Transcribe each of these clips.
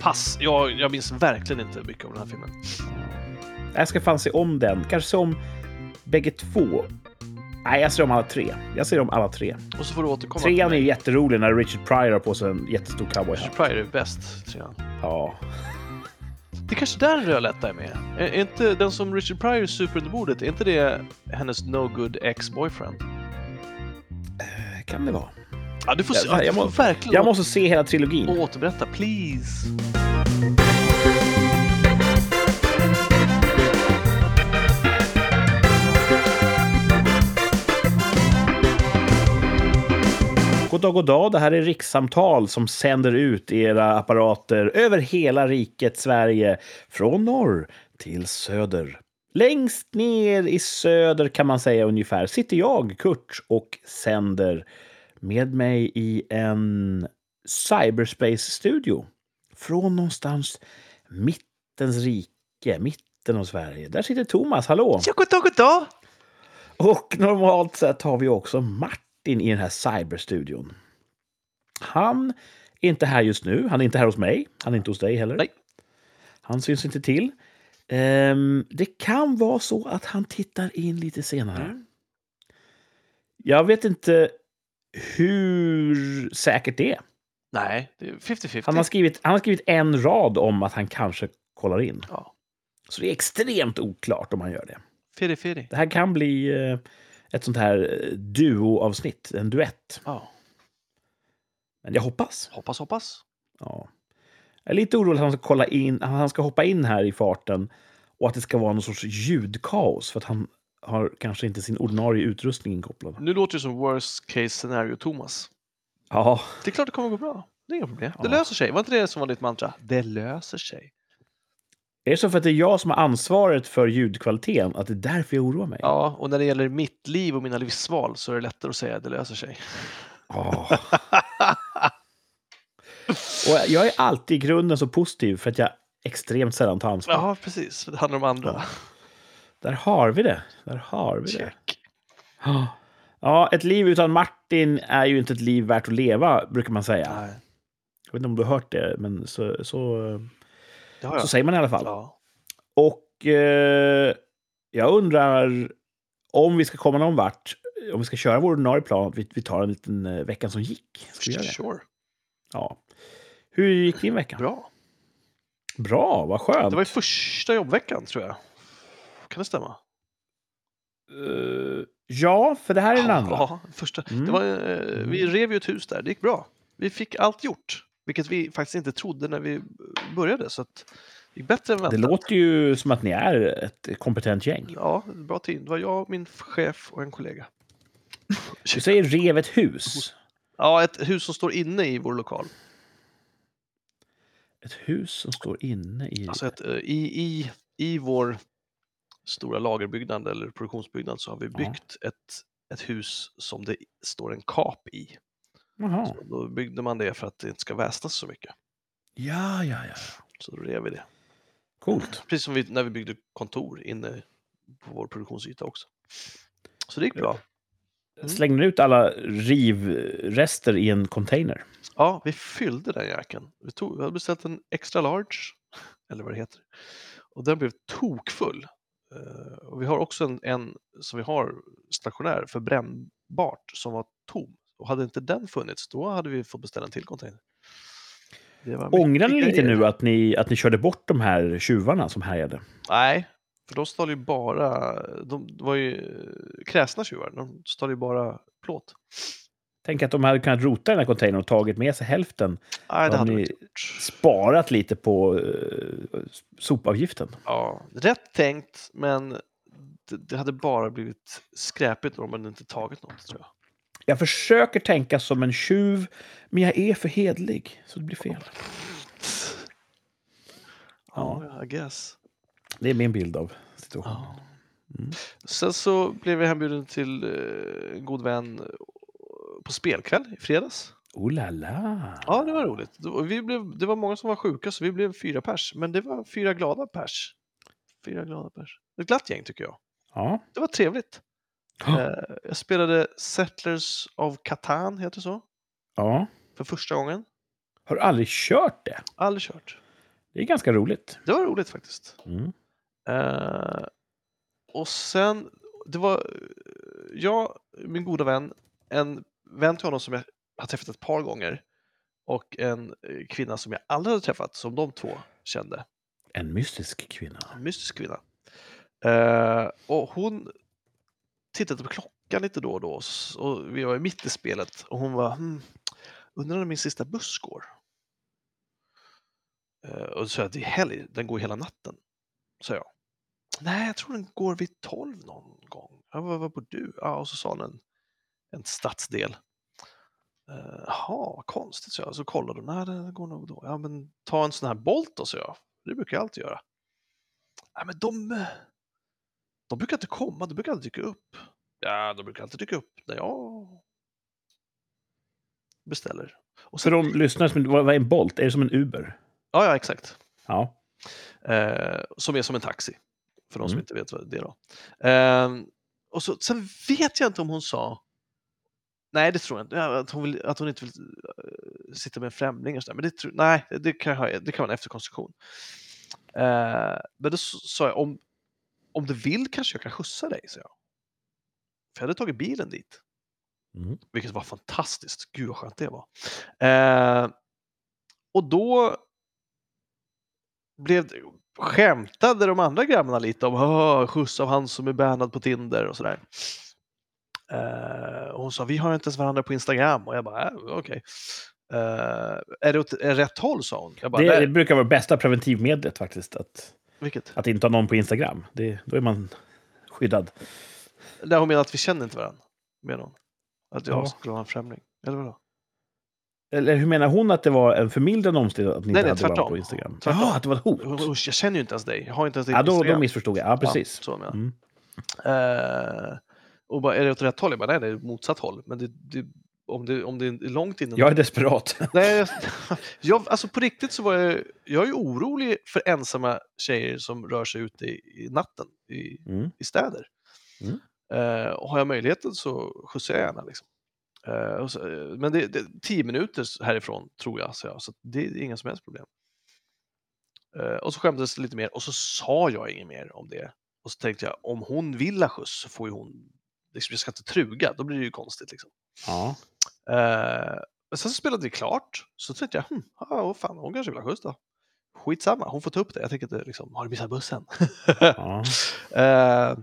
Pass. Jag, jag minns verkligen inte mycket om den här filmen. Jag ska fan se om den. Kanske se om bägge två. Nej, jag ser om alla tre. Jag ser om alla tre. Och så får du återkomma. till Trean är mig. ju jätterolig när Richard Pryor har på sig en jättestor cowboyhatt. Richard Pryor är bäst, trean. Ja. Det är kanske där Rödlätta är med. Är, är inte den som Richard Pryor super under bordet, är inte det hennes no good ex-boyfriend? Kan det vara. Ja, du får, se, Jag- ja, jag du får måste- verkligen Jag måste se hela trilogin. återberätta, please. God dag, god dag. Det här är Rikssamtal som sänder ut era apparater över hela riket Sverige. Från norr till söder. Längst ner i söder kan man säga ungefär sitter jag, Kurt, och sänder med mig i en cyberspace-studio. Från någonstans mittens rike, mitten av Sverige. Där sitter Thomas, hallå! Ja, goddag, goddag! Och normalt sett har vi också Martin i den här cyberstudion. Han är inte här just nu. Han är inte här hos mig. Han är inte hos dig heller. Nej. Han syns inte till. Ehm, det kan vara så att han tittar in lite senare. Jag vet inte hur säkert det är. Nej, det är 50-50. Han har, skrivit, han har skrivit en rad om att han kanske kollar in. Ja. Så det är extremt oklart om han gör det. Firi, firi. Det här kan bli eh, ett sånt här eh, duoavsnitt, en duett. Ja, Men jag hoppas. hoppas, hoppas. Ja. Jag är lite orolig att han ska, kolla in, att han ska hoppa in här i farten och att det ska vara någon sorts ljudkaos för att han har kanske inte sin ordinarie utrustning inkopplad. Nu låter det som worst case scenario, Thomas. Ja, Det är klart det kommer gå bra. Det är inga problem. Det Ja. löser sig. Var inte det som var ditt mantra? Det löser sig. är det så för att det är jag som har ansvaret för ljudkvaliteten att det är därför jag oroar mig? Ja, och när det gäller mitt liv och mina livsval så är det lättare att säga det löser sig. Ja. och jag är alltid i grunden så positiv för att jag extremt sällan tar ansvar. Ja, precis. för Det handlar om andra. Där har vi det. Där har vi det. Check. Ja. Ja, ett liv utan Martin är ju inte ett liv värt att leva, brukar man säga. Nej, Jag vet inte om du har hört det, men så, så, det har jag. så säger man i alla fall. ja. Och eh, jag undrar om vi ska komma någon vart, om vi ska köra vår ordinarie plan, att vi, vi tar en liten eh, veckan som gick. Ska vi göra det? Sure. Ja. Hur gick din vecka? Bra. Bra, vad skönt. Det var ju första jobbveckan, tror jag. Kan det stämma? Eh, ja, för det här är den andra. Ja, första. Mm. Det var, eh, vi rev ju ett hus där, det gick bra. Vi fick allt gjort, vilket vi faktiskt inte trodde när vi började. Så att det gick bättre än Det väntat. låter ju som att ni är ett kompetent gäng. Ja, bra team. Det var jag, min chef och en kollega. Du säger rev ett hus. Ja, ett hus som står inne i vår lokal. Ett hus som står inne i... Alltså ett, eh, i, i, I vår stora lagerbyggnad eller produktionsbyggnad så har vi Ja. byggt ett, ett hus som det står en kap i. Jaha. Så då byggde man det för att det inte ska väsnas så mycket. Ja, ja, ja. Så då rev vi det. Coolt. Precis som vi, när vi byggde kontor inne på vår produktionsyta också. Så det gick bra. Mm. Slängde ni ut alla rivrester i en container? Ja, vi fyllde den jäkeln. Vi, tog, vi hade beställt en extra large, eller vad det heter. Och den blev tokfull. Eh, och vi har också en, en som vi har stationär för brännbart som var tom. Och hade inte den funnits, då hade vi fått beställa en till container. Det var mycket Ångrar ni lite grejer. nu att ni, att ni körde bort de här tjuvarna som härjade? Nej, för de stal ju bara, de var ju eh, kräsna tjuvar, de stal ju bara plåt. Tänk att de hade kunnat rota i den här containern och tagit med sig hälften. Nej, det Har hade ni- vi inte gjort. Sparat lite på eh, sopavgiften. Ja, rätt tänkt, men det, det hade bara blivit skräpigt om man inte tagit något, tror jag. Jag försöker tänka som en tjuv, men jag är för hedlig. Så det blir fel. Ja, I guess. Det är min bild av situationen. Ja. Mm. Sen så blev jag hembjuden till eh, en god vän eh, på spelkväll i fredags. Oh la la! Ja, det var roligt. Det var- Vi blev, det var många som var sjuka, så vi blev fyra pers. Men det var fyra glada pers. Fyra glada pers. Ett glatt gäng, tycker jag. Ja. Det var trevligt. Ja. Eh, jag spelade Settlers of Catan, heter det så, ja. för första gången. Har du aldrig kört det? Aldrig kört. Det är ganska roligt. Det var roligt faktiskt. Mm. Eh, och sen, det var eh, jag, min goda vän, en vän till honom som jag har träffat ett par gånger och en eh, kvinna som jag aldrig hade träffat, som de två kände. En mystisk kvinna. En mystisk kvinna. Eh, och hon tittade på klockan lite då och då s- och vi var ju mitt i spelet och hon var hmm, undrar när min sista buss går. Eh, och så sa jag, det är helg, den går hela natten, sa jag. Nej, jag tror den går vid tolv någon gång. Ja, vad, vad bor du? Ja, och så sa hon en, en stadsdel. Eh, Jaha, vad konstigt, sa jag. Så kollade hon, nej, den går nog då. Ja, men ta en sån här Bolt då, sa jag. Det brukar jag alltid göra. Nej, men de, eh, de brukar inte komma, de brukar aldrig dyka upp. Ja, de brukar alltid dyka upp när jag beställer. Och Så de lyssnar som, vad vad är en Bolt? Är det som en Uber? Ja, ja, exakt. Ja. Eh, som är som en taxi, för de som Mm. inte vet vad det är. Då. Ehm, och så, sen vet jag inte om hon sa, nej det tror jag inte, Ja, att hon, vill, att hon inte vill eh, sitta med en främling och sådär, men det, tror- nej, det, kan, ha- det kan vara en efterkonstruktion. Eh, men då s- sa jag, om, om du vill kanske jag kan skjutsa dig, sa jag. För jag hade tagit bilen dit. Mm. Vilket var fantastiskt. Gud vad skönt det var. Eh, och då blev, skämtade de andra grabbarna lite om "Åh, skjuts av han som är bannad på Tinder och sådär. Eh, och hon sa vi har inte ens varandra på Instagram och jag bara äh, okej. Eh, är det åt är det rätt håll sa hon. Jag bara, Det, det "Nej." brukar vara bästa preventivmedlet faktiskt. Att, Vilket? att inte ha någon på Instagram. Det, då är man skyddad. Där hon menar att vi känner inte varandra. Menar hon. Att jag Ja. skulle vara en främling. Eller vadå? Eller hur menar hon att det var en förmildrande omständighet att ni Nej, inte nej, hade varandra tvärtom. på Instagram? Tvärtom. Jaha, att det var ett hot? Usch, Jag känner ju inte ens dig. Jag har inte ens ditt Ja, då, då Instagram. missförstod jag. Ja, precis. Ja, så menar jag. Mm. Eh, och bara, är det åt rätt håll? Jag bara, nej, det är motsatt håll. Men det, det, om, det, om det är långt innan... Jag är desperat. Nej, jag, jag, alltså på riktigt så var jag, jag är ju orolig för ensamma tjejer som rör sig ute i, i natten i, Mm. i städer. Mm. Eh, och har jag möjligheten så skjutsar jag gärna. Liksom. Eh, och så, eh, men det, det, tio minuter härifrån tror jag, så, jag, så det är inga som helst problem. Eh, och så skämdes det lite mer och så sa jag inget mer om det. Och så tänkte jag, om hon vill ha skjuts så får ju hon, liksom, jag ska inte truga, då blir det ju konstigt. Liksom. Ja. Eh, men sen så spelade vi klart, så tänkte jag, hm, ja, vad fan, hon kanske vill ha skjuts då. Skitsamma, hon får ta upp det. Jag tänker inte liksom, har du missat bussen? ja. Eh,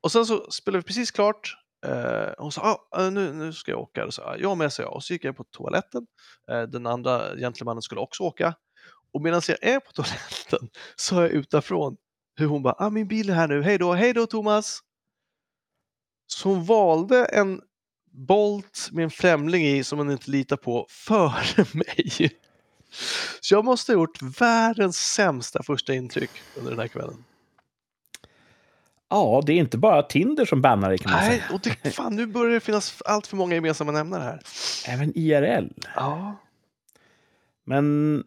och sen så spelade vi precis klart. Eh, hon sa, ah, eh, nu, nu ska jag åka. Och så, ah, jag med, sa jag. Och så gick jag på toaletten. Eh, den andra gentlemannen skulle också åka. Och medan jag är på toaletten så hör jag utifrån hur hon bara, ah, min bil är här nu, hej då, hej då Thomas. Så hon valde en Bolt med en främling i som hon inte litar på före mig. Så jag måste ha gjort världens sämsta första intryck under den här kvällen. ja, det är inte bara Tinder som bannar dig kan man Nej, säga. och det, fan, nu börjar det finnas allt för många gemensamma nämnare här. Även IRL. Ja, Men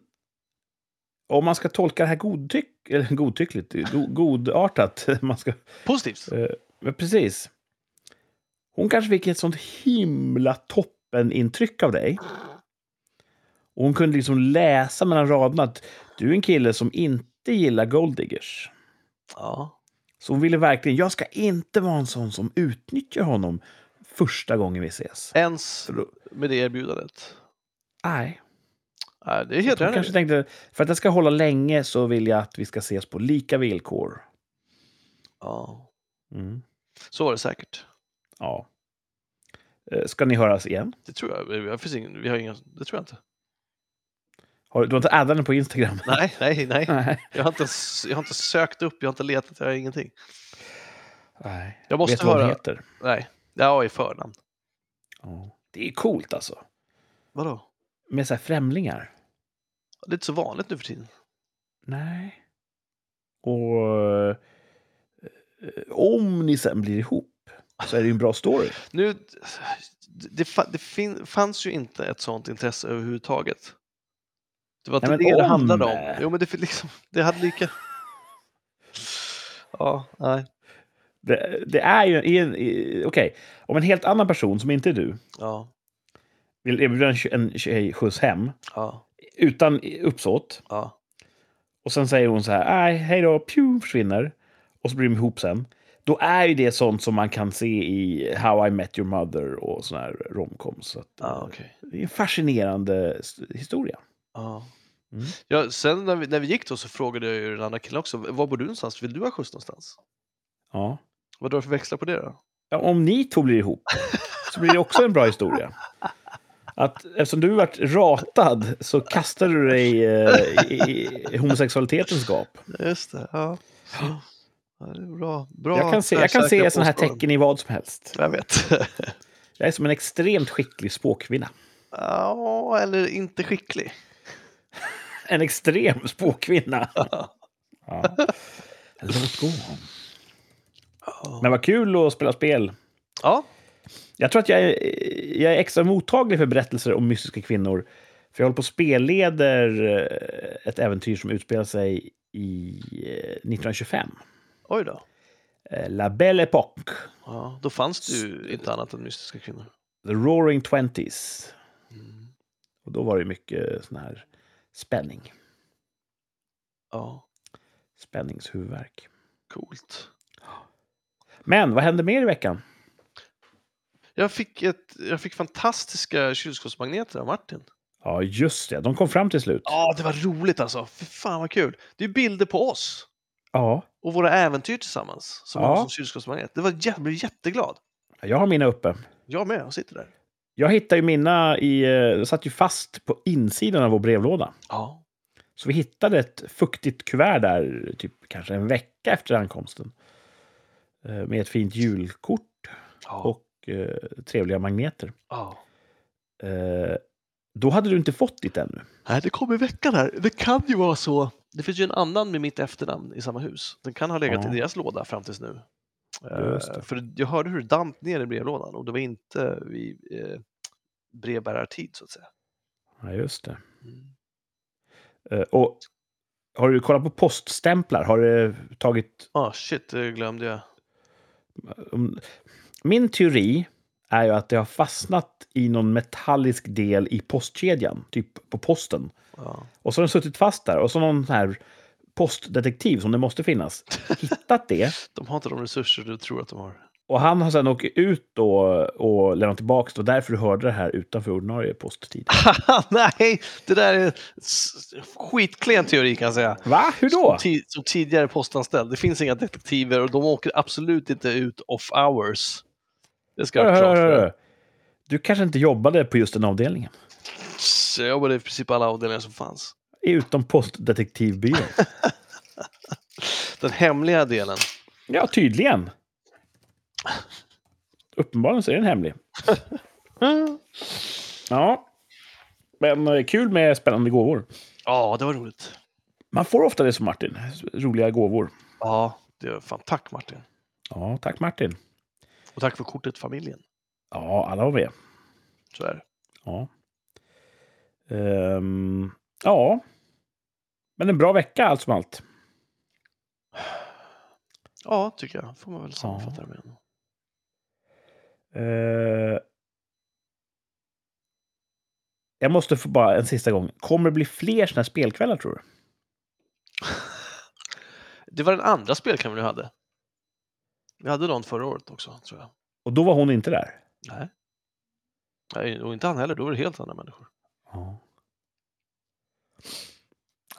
om man ska tolka det här godtyck, eller godtyckligt, go, godartat. Man ska, positivt. eh, men precis. Hon kanske fick ett sånt himla toppenintryck av dig. Och hon kunde liksom läsa mellan raderna att du är en kille som inte gillar golddiggers. Ja, Så hon ville verkligen, jag ska inte vara en sån som utnyttjar honom första gången vi ses. ens Så då- med det erbjudandet. Nej. Nej, det är Hon hedrande. kanske tänkte, för att jag ska hålla länge så vill jag att vi ska ses på lika villkor. Ja, Mm. så var det säkert. Ja. Eh, Ska ni höras igen? Det tror jag. jag finns ingen, vi har inga, det tror jag inte. Har, du har inte addat henne på Instagram? Nej, nej, nej. Nej. Jag har inte, ens- jag har inte sökt upp, jag har inte letat, jag har ingenting. Nej. Jag måste Vet du vad hon höra. heter? Nej, jag är i förnamn. Ja. Det är coolt alltså. Vadå? Med så här främlingar. Det är inte så vanligt nu för tiden. Nej. Och eh, om ni sen blir ihop så är det ju en bra story. Nu, det, det, fa- det fin, fanns ju inte ett sånt intresse överhuvudtaget. Det var inte Nej, men det det om- handlade om. Jo, men det, fi- liksom, det hade lika... Ja, nej. Det, det är ju... i en- i- Okej, om en helt annan person som inte är du Ja, vill erbjuda en tje- en tjej skjuts hem ja, utan uppsåt ja. Och sen säger hon så här, nej, hej då, pju, försvinner. Och så blir de ihop sen. Då är ju det sånt som man kan se i How I Met Your Mother och sån här romcom. Så att, Ah, okej. det är en fascinerande s- historia. Ja. Mm. Ja, sen när vi, när vi gick då så frågade jag ju den andra killen också, var bor du någonstans? Vill du ha skjuts någonstans? Ja. Vad drar du för växlar på det då? Ja, om ni två blir ihop så blir det också en bra historia. Att eftersom du varit ratad så kastar du dig eh, i, i homosexualitetens gap. Just det, ja. ja det är bra. bra Jag kan se, jag kan se tvärsäkra såna här påståenden. tecken i vad som helst. Jag vet. Jag är som en extremt skicklig spåkvinna. ja, eller inte skicklig. En extrem spåkvinna. Ja. Låt gå. Men vad kul att spela spel. Ja, Jag tror att jag är, jag är extra mottaglig för berättelser om mystiska kvinnor. För jag håller på och spelleder eh, ett äventyr som utspelar sig i eh, 1925. oj då. Eh, La Belle Époque, Ja, då fanns det ju inte annat än mystiska kvinnor. The Roaring Twenties. Mm. Och då var det mycket sån här spänning. Ja, Spänningshuvudvärk. coolt. Men vad hände mer i veckan? Jag fick, ett, jag fick fantastiska kylskåpsmagneter av Martin. Ja, just det. De kom fram till slut. Ja, det var roligt alltså. Fy fan vad kul. Det är bilder på oss Ja, och våra äventyr tillsammans som Ja. har som kylskåpsmagnet. Det var, jä- jag blev jätteglad. jag har mina uppe. Jag med, jag sitter där. Jag hittade ju mina i... eh, Jag satt ju fast på insidan av vår brevlåda. Ja, Så vi hittade ett fuktigt kuvert där, typ kanske en vecka efter ankomsten. Eh, Med ett fint julkort ja, och eh, trevliga magneter. ja. Eh, då hade du inte fått ditt ännu. Nej, det kommer i veckan här. Det kan ju vara så. Det finns ju en annan med mitt efternamn i samma hus. Den kan ha legat Ja. i deras låda fram tills nu. Just det. Eh, För jag hörde hur det damp ner i brevlådan och det var inte vid eh, brevbärartid så att säga. Ja, just det. Mm. Eh, och har du kollat på poststämplar? Har du tagit... Ah, shit, det glömde jag. om- um, Min teori är ju att det har fastnat i någon metallisk del i postkedjan, typ på posten. Ja. Och så har den suttit fast där. Och så någon sån här postdetektiv, som det måste finnas, hittat det. De har inte de resurser du tror att de har. Och han har sedan åkt ut då och lämnat tillbaka det. Och därför hörde det här utanför ordinarie posttid. Ah, Nej, det där är en s- skitklen teori kan jag säga. Va? Hur då? Ti- Som tidigare postanställd. Det finns inga detektiver och de åker absolut inte ut off hours. Det ska Hör, jag ha hör, klart för dig. hör. Du kanske inte jobbade på just den avdelningen? Så Jag jobbade i princip alla avdelningar som fanns. Utom postdetektivbyrån? Den hemliga delen. Ja, tydligen. Uppenbarligen så är den hemlig. Mm. Ja. Men eh, kul med spännande gåvor. Ja, det var roligt. Man får ofta det som Martin. Roliga gåvor. Ja, det var fan. Tack Martin. Ja, tack Martin. Och tack för kortet familjen. Ja, alla var med. Så är det. Ja. Ehm, ja. Men en bra vecka allt som allt. Ja, tycker jag. Får man väl sammanfatta det med. Eh, jag måste få bara en sista gång. Kommer det bli fler såna här spelkvällar tror du? Det var den andra spelkameran vi hade. Vi hade någon förra året också, tror jag. Och då var hon inte där. Nej. Nej, och inte han heller. Då var det helt andra människor. Ja.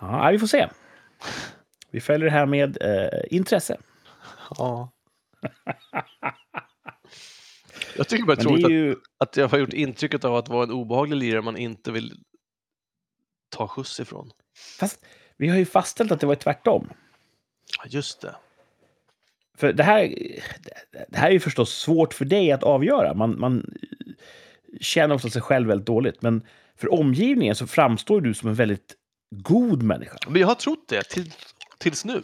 Ja, nej, vi får se. Vi följer det här med eh, intresse. Ja. Jag tycker bara det Men är det roligt är ju... att, att jag har gjort intrycket av att vara en obehaglig lirare man inte vill ta skjuts ifrån. Fast vi har ju fastställt att det var tvärtom. Ja, just det. För det här, det här är ju förstås svårt för dig att avgöra. Man, man känner ofta sig själv väldigt dåligt. Men för omgivningen så framstår du som en väldigt god människa. Men jag har trott det till, tills nu.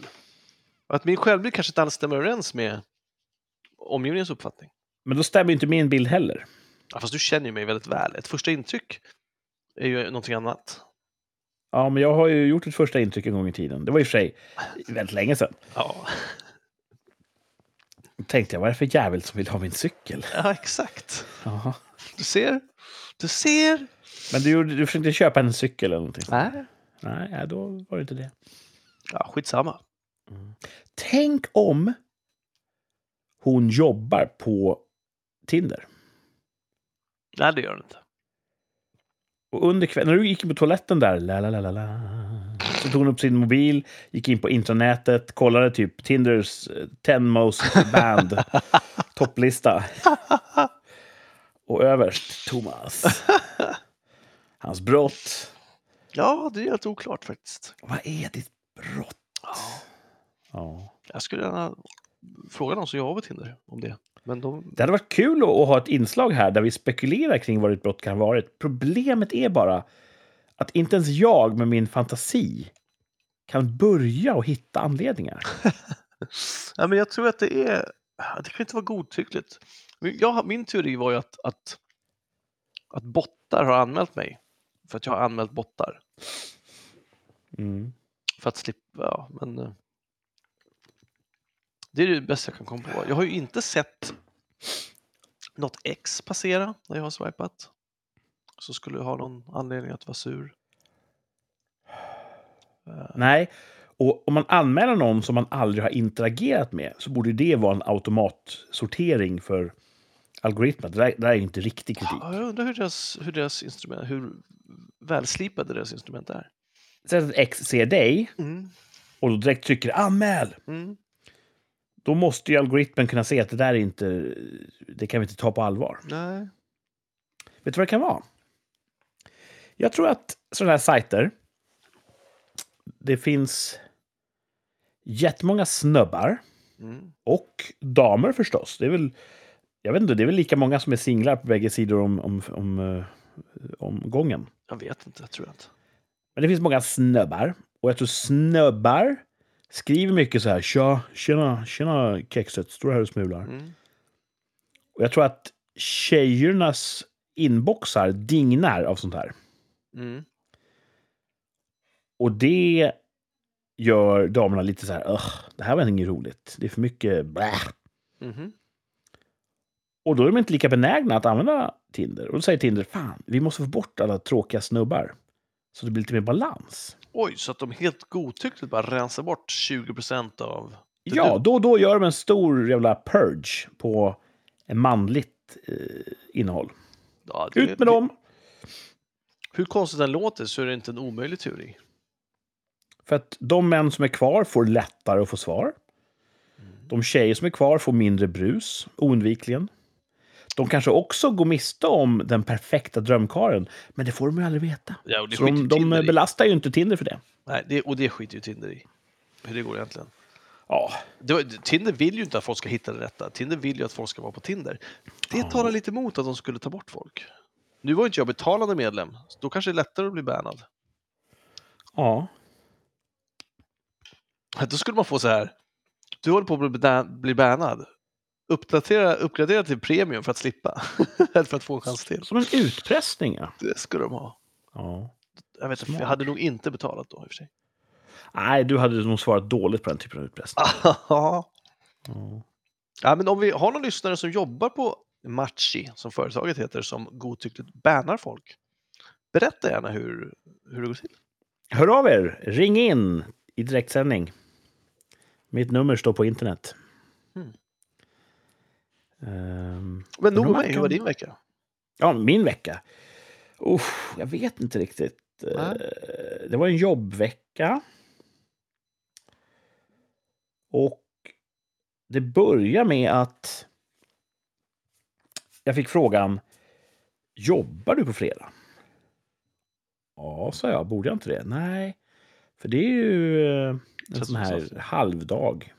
Att min självbild kanske inte alls stämmer överens med omgivningens uppfattning. Men då stämmer ju inte min bild heller. Ja, fast du känner ju mig väldigt väl. Ett första intryck är ju någonting annat. Ja, men jag har ju gjort ett första intryck en gång i tiden. Det var i och för sig väldigt länge sedan. Ja, Tänkte jag, vad är det för jävel som vill ha min cykel? ja exakt. Jaha. Du ser. Du ser. Men du, gjorde- du försökte köpa en cykel eller någonting? Nej. Nej, då var det inte det. Ja, skitsamma. Tänk om hon jobbar på Tinder. Nej, det gör den inte. Och under kvällen, när du gick in på toaletten där, la, la, la, la, la, så tog hon upp sin mobil, gick in på intranätet, kollade typ Tinders eh, 10 most band topplista. Och överst, Thomas. Hans brott. Ja, det är helt oklart faktiskt. Vad är ditt brott? Ja. Jag skulle gärna fråga någon som jobbar på Tinder om det. Men de... Det hade varit kul att att ha ett inslag här där vi spekulerar kring vad ditt brott kan ha varit. Problemet är bara att inte ens jag med min fantasi kan börja och hitta anledningar. Nej, men jag tror att det är... Det kan inte vara godtyckligt. Men Jag, min teori var ju att, att, att bottar har anmält mig. För att jag har anmält bottar. För att slippa... Ja, men... eh, Det är det bästa jag kan komma på. Jag har ju inte sett något ex passera när jag har swipat. Så skulle jag ha någon anledning att vara sur. Nej, och om man anmäler någon som man aldrig har interagerat med så borde det vara en automatsortering för algoritmen. Det där, det där är ju inte riktig kritik. Ja, jag undrar hur deras, hur deras instrument, hur välslipade deras instrument är. Säg att ett ex ser dig Mm, och då direkt trycker anmäl. mm. Då måste ju algoritmen kunna se att det där är inte, det kan vi inte ta på allvar. Nej. Vet du vad det kan vara? Jag tror att sådana här sajter... Det finns jättemånga snubbar Mm. och damer förstås. Det är väl, jag vet inte, det är väl lika många som är singlar på bägge sidor om, om, om, eh, om gången. Jag vet inte, jag tror jag inte. Men det finns många snubbar. Och jag tror snubbar skriver mycket så här. Tja, tjena, tjena kexet, står här och smular. Mm. Och jag tror att tjejernas inboxar dignar av sånt här. Mm. Och det gör damerna lite så här, "Ugh, det här var inget roligt. Det är för mycket blä. Mhm. Och då är de inte lika benägna att använda Tinder. Och då säger Tinder, fan, vi måste få bort alla tråkiga snubbar. Så det blir lite mer balans. Oj, så att de helt godtyckligt bara rensar bort 20 av... Det- ja, då och då gör de en stor jävla purge på en manligt eh, innehåll. Ja, det- Ut med dem! Hur konstigt den låter så är det inte en omöjlig teori. För att de män som är kvar får lättare att få svar. De tjejer som är kvar får mindre brus, oundvikligen. De kanske också går miste om den perfekta drömkaren, men det får de ju aldrig veta. Ja, och det Så de, skiter de Tinder i. belastar ju inte Tinder för det. Nej, det, och det skiter ju Tinder i. Hur det går egentligen. Ja, Det, var- Tinder vill ju inte att folk ska hitta det rätta. Tinder vill ju att folk ska vara på Tinder. Det talar lite emot att de skulle ta bort folk. Nu var ju inte jag betalande medlem, så då kanske det är lättare att bli bannad. ja. Då skulle man få så här. Du håller på att bli ban- bli bannad. Uppdatera, uppgradera till premium för att slippa. Eller för att få en chans till. Som en utpressning. Ja. Det skulle de ha. Ja. Jag, vet, inte, Smart. jag hade nog inte betalat då i och för sig. Nej, du hade nog svarat dåligt på den typen av Ah. utpressning. Ja. ja, men om vi har någon lyssnare som jobbar på Matchi, som företaget heter, som godtyckligt bannar folk. Berätta gärna hur, hur det går till. Hör av er! Ring in i direktsändning. Mitt nummer står på internet. Mm. Ehm, Men nog om om man mig, hur var kan- din vecka? Ja, min vecka? Uff, jag vet inte riktigt. Eh, Det var en jobbvecka. Och det börjar med att jag fick frågan Jobbar du på fredag? Ja, sa jag. Borde jag inte det? Nej, för det är ju eh, en sån här halvdag.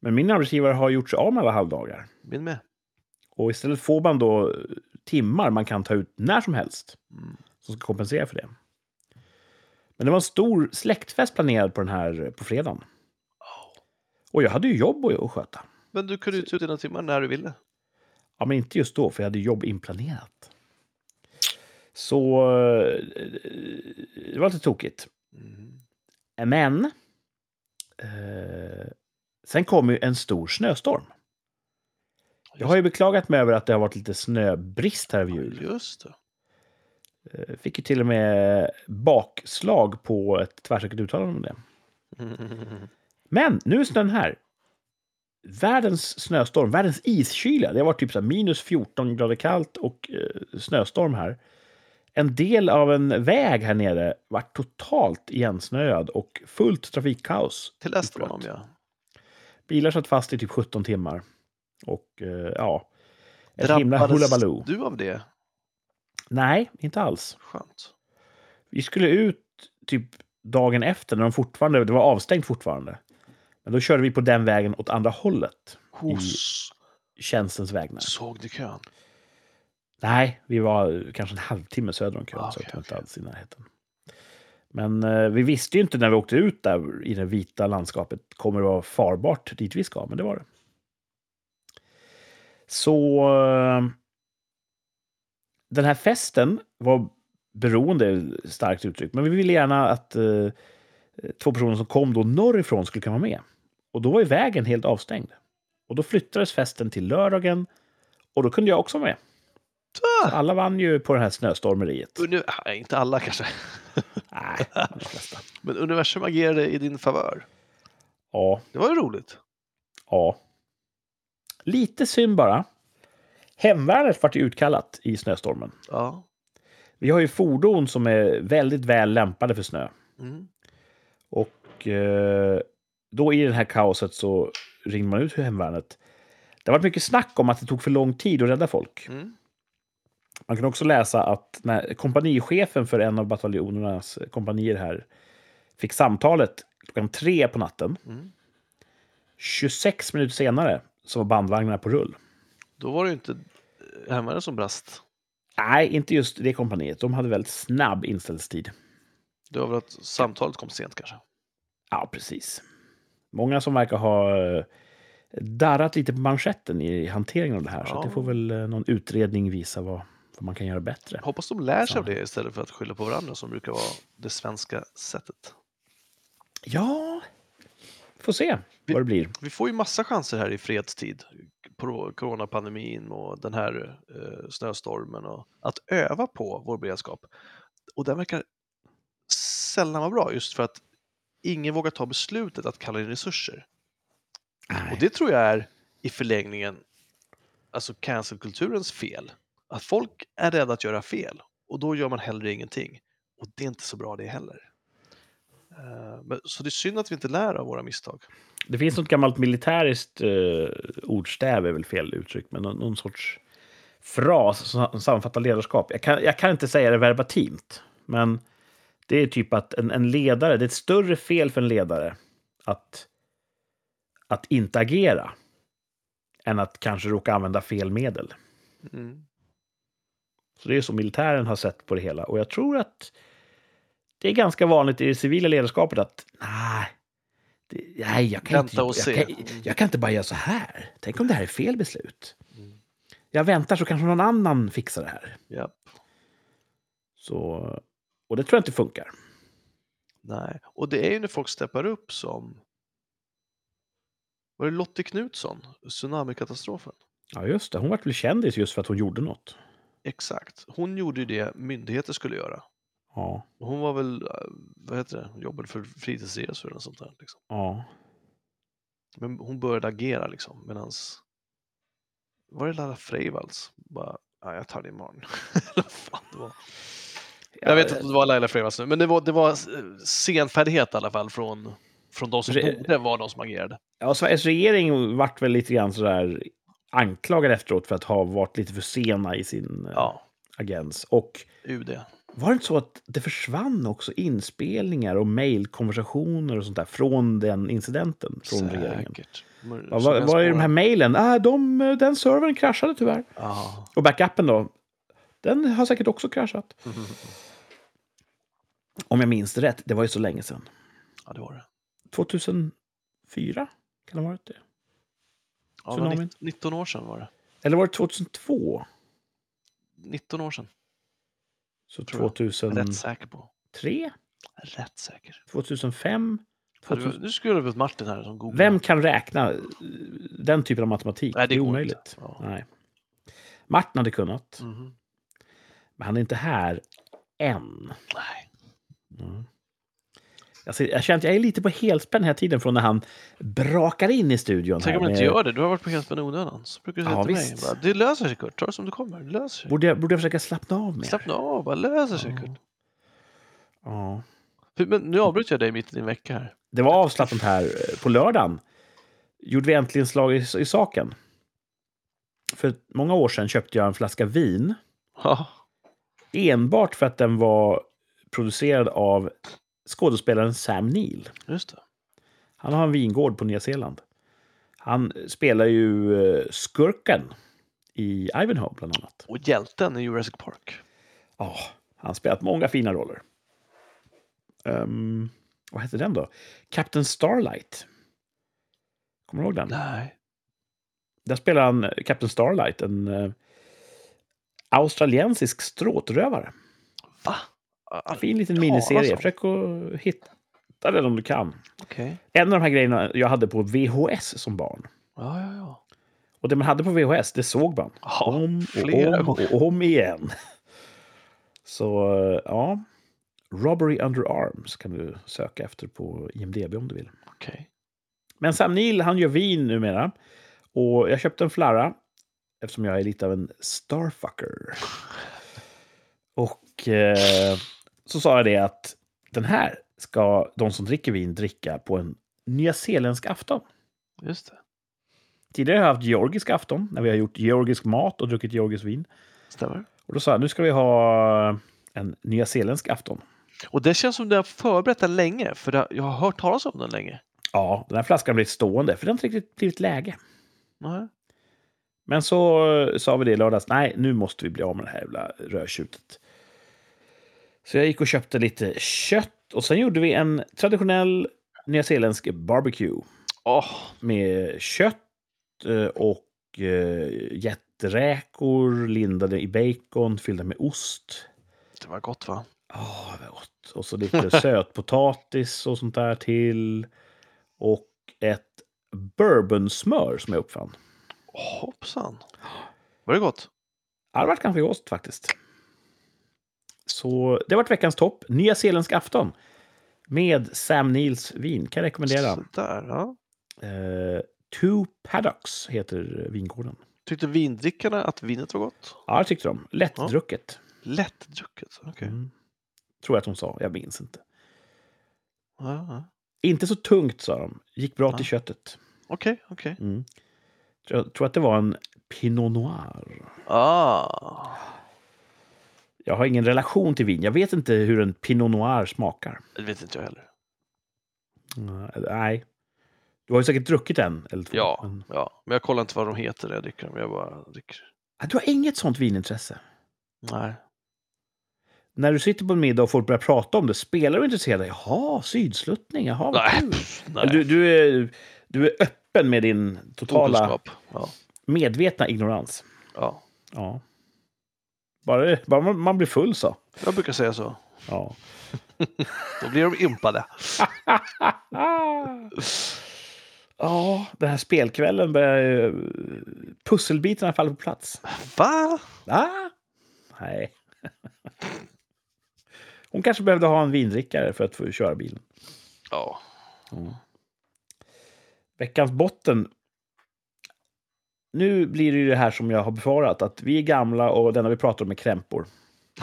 Men min arbetsgivare har gjort sig av med alla halvdagar. Min med. Och istället får man då eh, timmar man kan ta ut när som helst Mm. som ska kompensera för det. Men det var en stor släktfest planerad på den här eh, på fredagen. Och jag hade ju jobb att att sköta. Men du kunde ju ta ut dina timmar när du ville. Ja, men inte just då, för jag hade jobb inplanerat. Så eh, det var lite tokigt. Mm. Men eh, sen kom ju en stor snöstorm. Mm, Jag har ju beklagat mig över att det har varit lite snöbrist här över jul. Just det. Eh, Fick ju till och med bakslag på ett tvärsäkert uttalande om det. Mm. Men nu är snön här. Världens snöstorm, världens iskyla. Det har varit typ så här minus 14 grader kallt och eh, snöstorm här. En del av en väg här nere var totalt igensnöad och fullt trafikkaos. Till Estland om jag. Bilar satt fast i typ 17 timmar. Och eh, ja, ett himla Drabbades hullabaloo. du av det? Nej, inte alls. Skönt. Vi skulle ut typ dagen efter när de fortfarande, det var avstängt fortfarande. Men då körde vi på den vägen åt andra hållet, Hos tjänstens vägnar. såg du kön? Nej, vi var kanske en halvtimme söder om kön, Ah, så okej, det var inte alls i närheten. Men eh, vi visste ju inte när vi åkte ut där i det vita landskapet, kommer det vara farbart dit vi ska? Men det var det. Så eh, den här festen var beroende, starkt uttryck, men vi ville gärna att eh, två personer som kom då norrifrån skulle kunna vara med. Och då var ju vägen helt avstängd. Och då flyttades festen till lördagen och då kunde jag också vara med. Ah! Alla vann ju på det här snöstormeriet. Uni- nej, inte alla kanske, Nej, de flesta. men universum agerade i din favör. Ja, Det var ju roligt. ja. Lite synd bara. Hemvärnet vart ju utkallat i snöstormen. Ja. Vi har ju fordon som är väldigt väl lämpade för snö. Mm. Och eh, då i det här kaoset så ringde man ut hemvärnet. Det har varit mycket snack om att det tog för lång tid att rädda folk. Mm. Man kan också läsa att när kompanichefen för en av bataljonernas kompanier här fick samtalet klockan tre på natten. Mm. 26 minuter senare så var bandvagnarna på rull. Då var det ju inte eh, hemvärnet som brast. Nej, inte just det kompaniet. De hade väldigt snabb inställningstid. Det var väl att samtalet kom sent kanske. Ja, precis. Många som verkar ha eh, darrat lite på manschetten i hanteringen av det här. Så Ja. att det får väl eh, någon utredning visa vad, vad man kan göra bättre. Hoppas de lär sig av Så. det istället för att skylla på varandra som brukar vara det svenska sättet. Ja, får se vad det blir. Vi får ju massa chanser här i fredstid, pro- coronapandemin och den här eh, snöstormen, och att öva på vår beredskap. Och den verkar sällan vara bra just för att ingen vågar ta beslutet att kalla in resurser. Och Nej. det tror jag är i förlängningen alltså cancelkulturens fel. Att folk är rädda att göra fel och då gör man hellre ingenting. Och det är inte så bra det heller. Eh, men, så det är synd att vi inte lär av våra misstag. Det finns något gammalt militäriskt eh, ordstäv, är väl fel uttryck, men någon, någon sorts fras som sammanfattar ledarskap. Jag kan, jag kan inte säga det verbatimt, men det är typ att en, en ledare, det är ett större fel för en ledare att, att inte agera än att kanske råka använda fel medel. Mm. Så det är så militären har sett på det hela. Och jag tror att det är ganska vanligt i det civila ledarskapet att nej, det, nej jag, kan Vänta inte, och se. jag, kan, jag kan inte bara göra så här. Tänk om det här är fel beslut. Mm. Jag väntar så kanske någon annan fixar det här. Ja. Så, och det tror jag inte funkar. Nej, och det är ju när folk steppar upp som var det Lottie Knutsson, tsunamikatastrofen? Ja, just det. Hon vart väl kändis just för att hon gjorde något. Exakt, hon gjorde ju det myndigheter skulle göra. Ja, Och Hon var väl, eh, vad heter det, jobbade för fritidsresor eller något sånt där. Liksom. ja. Men hon började agera liksom, medans var det Lara Freivalds? Bara, ja, jag tar det imorgon. Eller vad fan det var. Jag vet inte om det var Laila Freivalds nu, men det var, det var eh, senfärdighet i alla fall från, från de som Re- borde vara de som agerade. Ja, Sveriges regering vart väl lite grann sådär anklagad efteråt för att ha varit lite för sena i sin ja. Ja, agens. Och UD. Var det inte så att det försvann också inspelningar och mejlkonversationer och sånt där från den incidenten? Från regeringen? Säkert. Men- Ja, som vad, jag vad är de spårar- här mejlen? Ah, de, den servern kraschade tyvärr. Ja. Och backupen då? Den har säkert också kraschat. Om jag minns det rätt, det var ju så länge sedan. ja, det var det. 2004 kan det ha varit det. Ja, det var Tsunamin. 19 19 år sedan var det. Eller var det 2002? 19 år sedan. Så Tror jag. Rätt 2003? säker på. Rätt säker. 2005? Ja, du- Nu skulle vi upp Martin här som googlar. Vem kan räkna eh, den typen av matematik? Nej, det det är går omöjligt. inte. Ja. Nej. Martin hade kunnat, Mhm. men han är inte här än. Nej. Mm. Jag, ser, jag känner att jag är lite på helspänn den här tiden från när han brakar in i studion. Tänk här om man inte med- gör det, du har varit på helspänn i onödan. Så brukar du säga Ja, till visst. mig, bara, det löser sig Kurt, ta det som det kommer, det löser sig. Borde jag, borde jag försöka slappna av mer? Slappna av, bara löser sig Kurt. Ja. Hur- Men nu avbryter jag dig mitt i din vecka här. Det var avslappnat här eh, på lördagen. Gjorde vi äntligen slag i, i saken. För många år sedan köpte jag en flaska vin Ja, enbart för att den var producerad av skådespelaren Sam Neill. just det. Han har en vingård på Nya Zeeland. Han spelar ju eh, skurken i Ivanhoe bland annat. Och hjälten i Jurassic Park. Ja, han har spelat många fina roller. Ehm, vad hette den då? Captain Starlight. Kommer du ihåg den? Nej. Där spelar han eh, Captain Starlight, en eh, australiensisk stråtrövare. Va? Ah, Fin liten Talas miniserie. om. Försök att hitta den om du kan. Okej. En av de här grejerna jag hade på VHS som barn. Ja, ja, ja. Och det man hade på VHS, det såg man. Ja, Om flera och om gånger. och om igen. Så eh, ja, Robbery Under Arms kan du söka efter på IMDB om du vill. Okej. Men Sam Neill, han gör vin numera. Och jag köpte en flarra eftersom jag är lite av en starfucker. Och eh, så sa jag det att den här ska de som dricker vin dricka på en nyzeeländsk afton. Just det. Tidigare har jag haft georgisk afton när vi har gjort georgisk mat och druckit georgisk vin. Stämmer. Och då sa jag, nu ska vi ha eh, en nyzeeländsk afton. Och det känns som du har förberett den länge, för det- jag har hört talas om den länge. Ja, den här flaskan har blivit stående, för den har inte riktigt blivit läge. Nej. Men så eh, sa vi det i lördags, nej, nu måste vi bli av med det här jävla rödtjutet. Så jag gick och köpte lite kött och sen gjorde vi en traditionell nyzeeländsk barbecue Åh, med kött eh, och eh, jätteräkor lindade i bacon, fyllda med ost. det var gott va? Åh, vad gott. Och så lite sötpotatis och sånt där till. Och ett bourbonsmör som jag uppfann. Hoppsan. Var det gott? Ja, Det vart ganska gott faktiskt. Så det vart veckans topp. Nya Zeeländsk afton. Med Sam Neils vin. Kan jag rekommendera. Sådär, ja. Eh, Two Paddocks heter vingården. Tyckte vindrickarna att vinet var gott? Ja, det tyckte de. Lättdrucket. Lättdrucket? Okej. Mm. Tror jag att de sa. Jag minns inte. Ja, ja. Inte så tungt sa de. Gick bra Ja. till köttet. Okej, okej. Mm. Jag tror att det var en Pinot Noir. Ah. Jag har ingen relation till vin. Jag vet inte hur en Pinot Noir smakar. Det vet inte jag heller. Mm, Nej. Du har ju säkert druckit en eller två. Ja. men- Ja, men jag kollar inte vad de heter när jag dricker dem. Jag bara dricker. Ah, Du har inget sånt vinintresse. Nej. När du sitter på en middag och folk börjar prata om det, spelar du intresserad? Jaha, sydsluttning, jaha, vad Nej. kul. pff, Nej. Du, du, Mm. är, du är öppen med din totala Okunskap. Ja. medvetna ignorans. ja. Ja. Bara, bara man- man blir full så. Jag brukar säga så. Ja. Då blir de impade. Ah. Ja, den här spelkvällen börjar ju... Pusselbitarna faller på plats. Va? Ah, nej. Hon kanske behövde ha en vindrickare för att få köra bilen. Ja. Veckans botten. Nu blir det ju det här som jag har befarat, att vi är gamla och det enda vi pratar om är krämpor.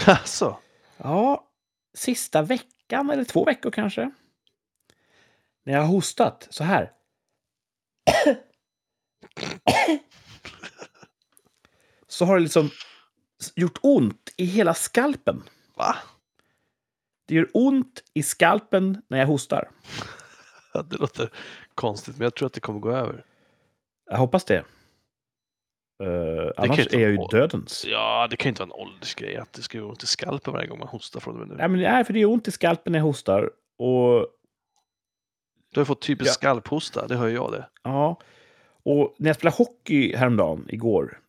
Alltså. Ja, sista veckan eller två veckor kanske. När jag har hostat så här. så har det liksom gjort ont i hela skalpen. Va? Det gör ont i skalpen när jag hostar. Ja, Det låter konstigt, men jag tror att det kommer gå över. Jag hoppas det. Eh, kan annars ju inte är jag ju vara- dödens. Ja, det kan ju inte vara en åldersgrej att det ska göra ont i skalpen varje gång man hostar från och med nu. Nej, men det är för det gör ont i skalpen när jag hostar. Och, Du har ju fått typisk Ja. skalphosta, det hör ju jag det. ja, och när jag spelade hockey häromdagen, igår,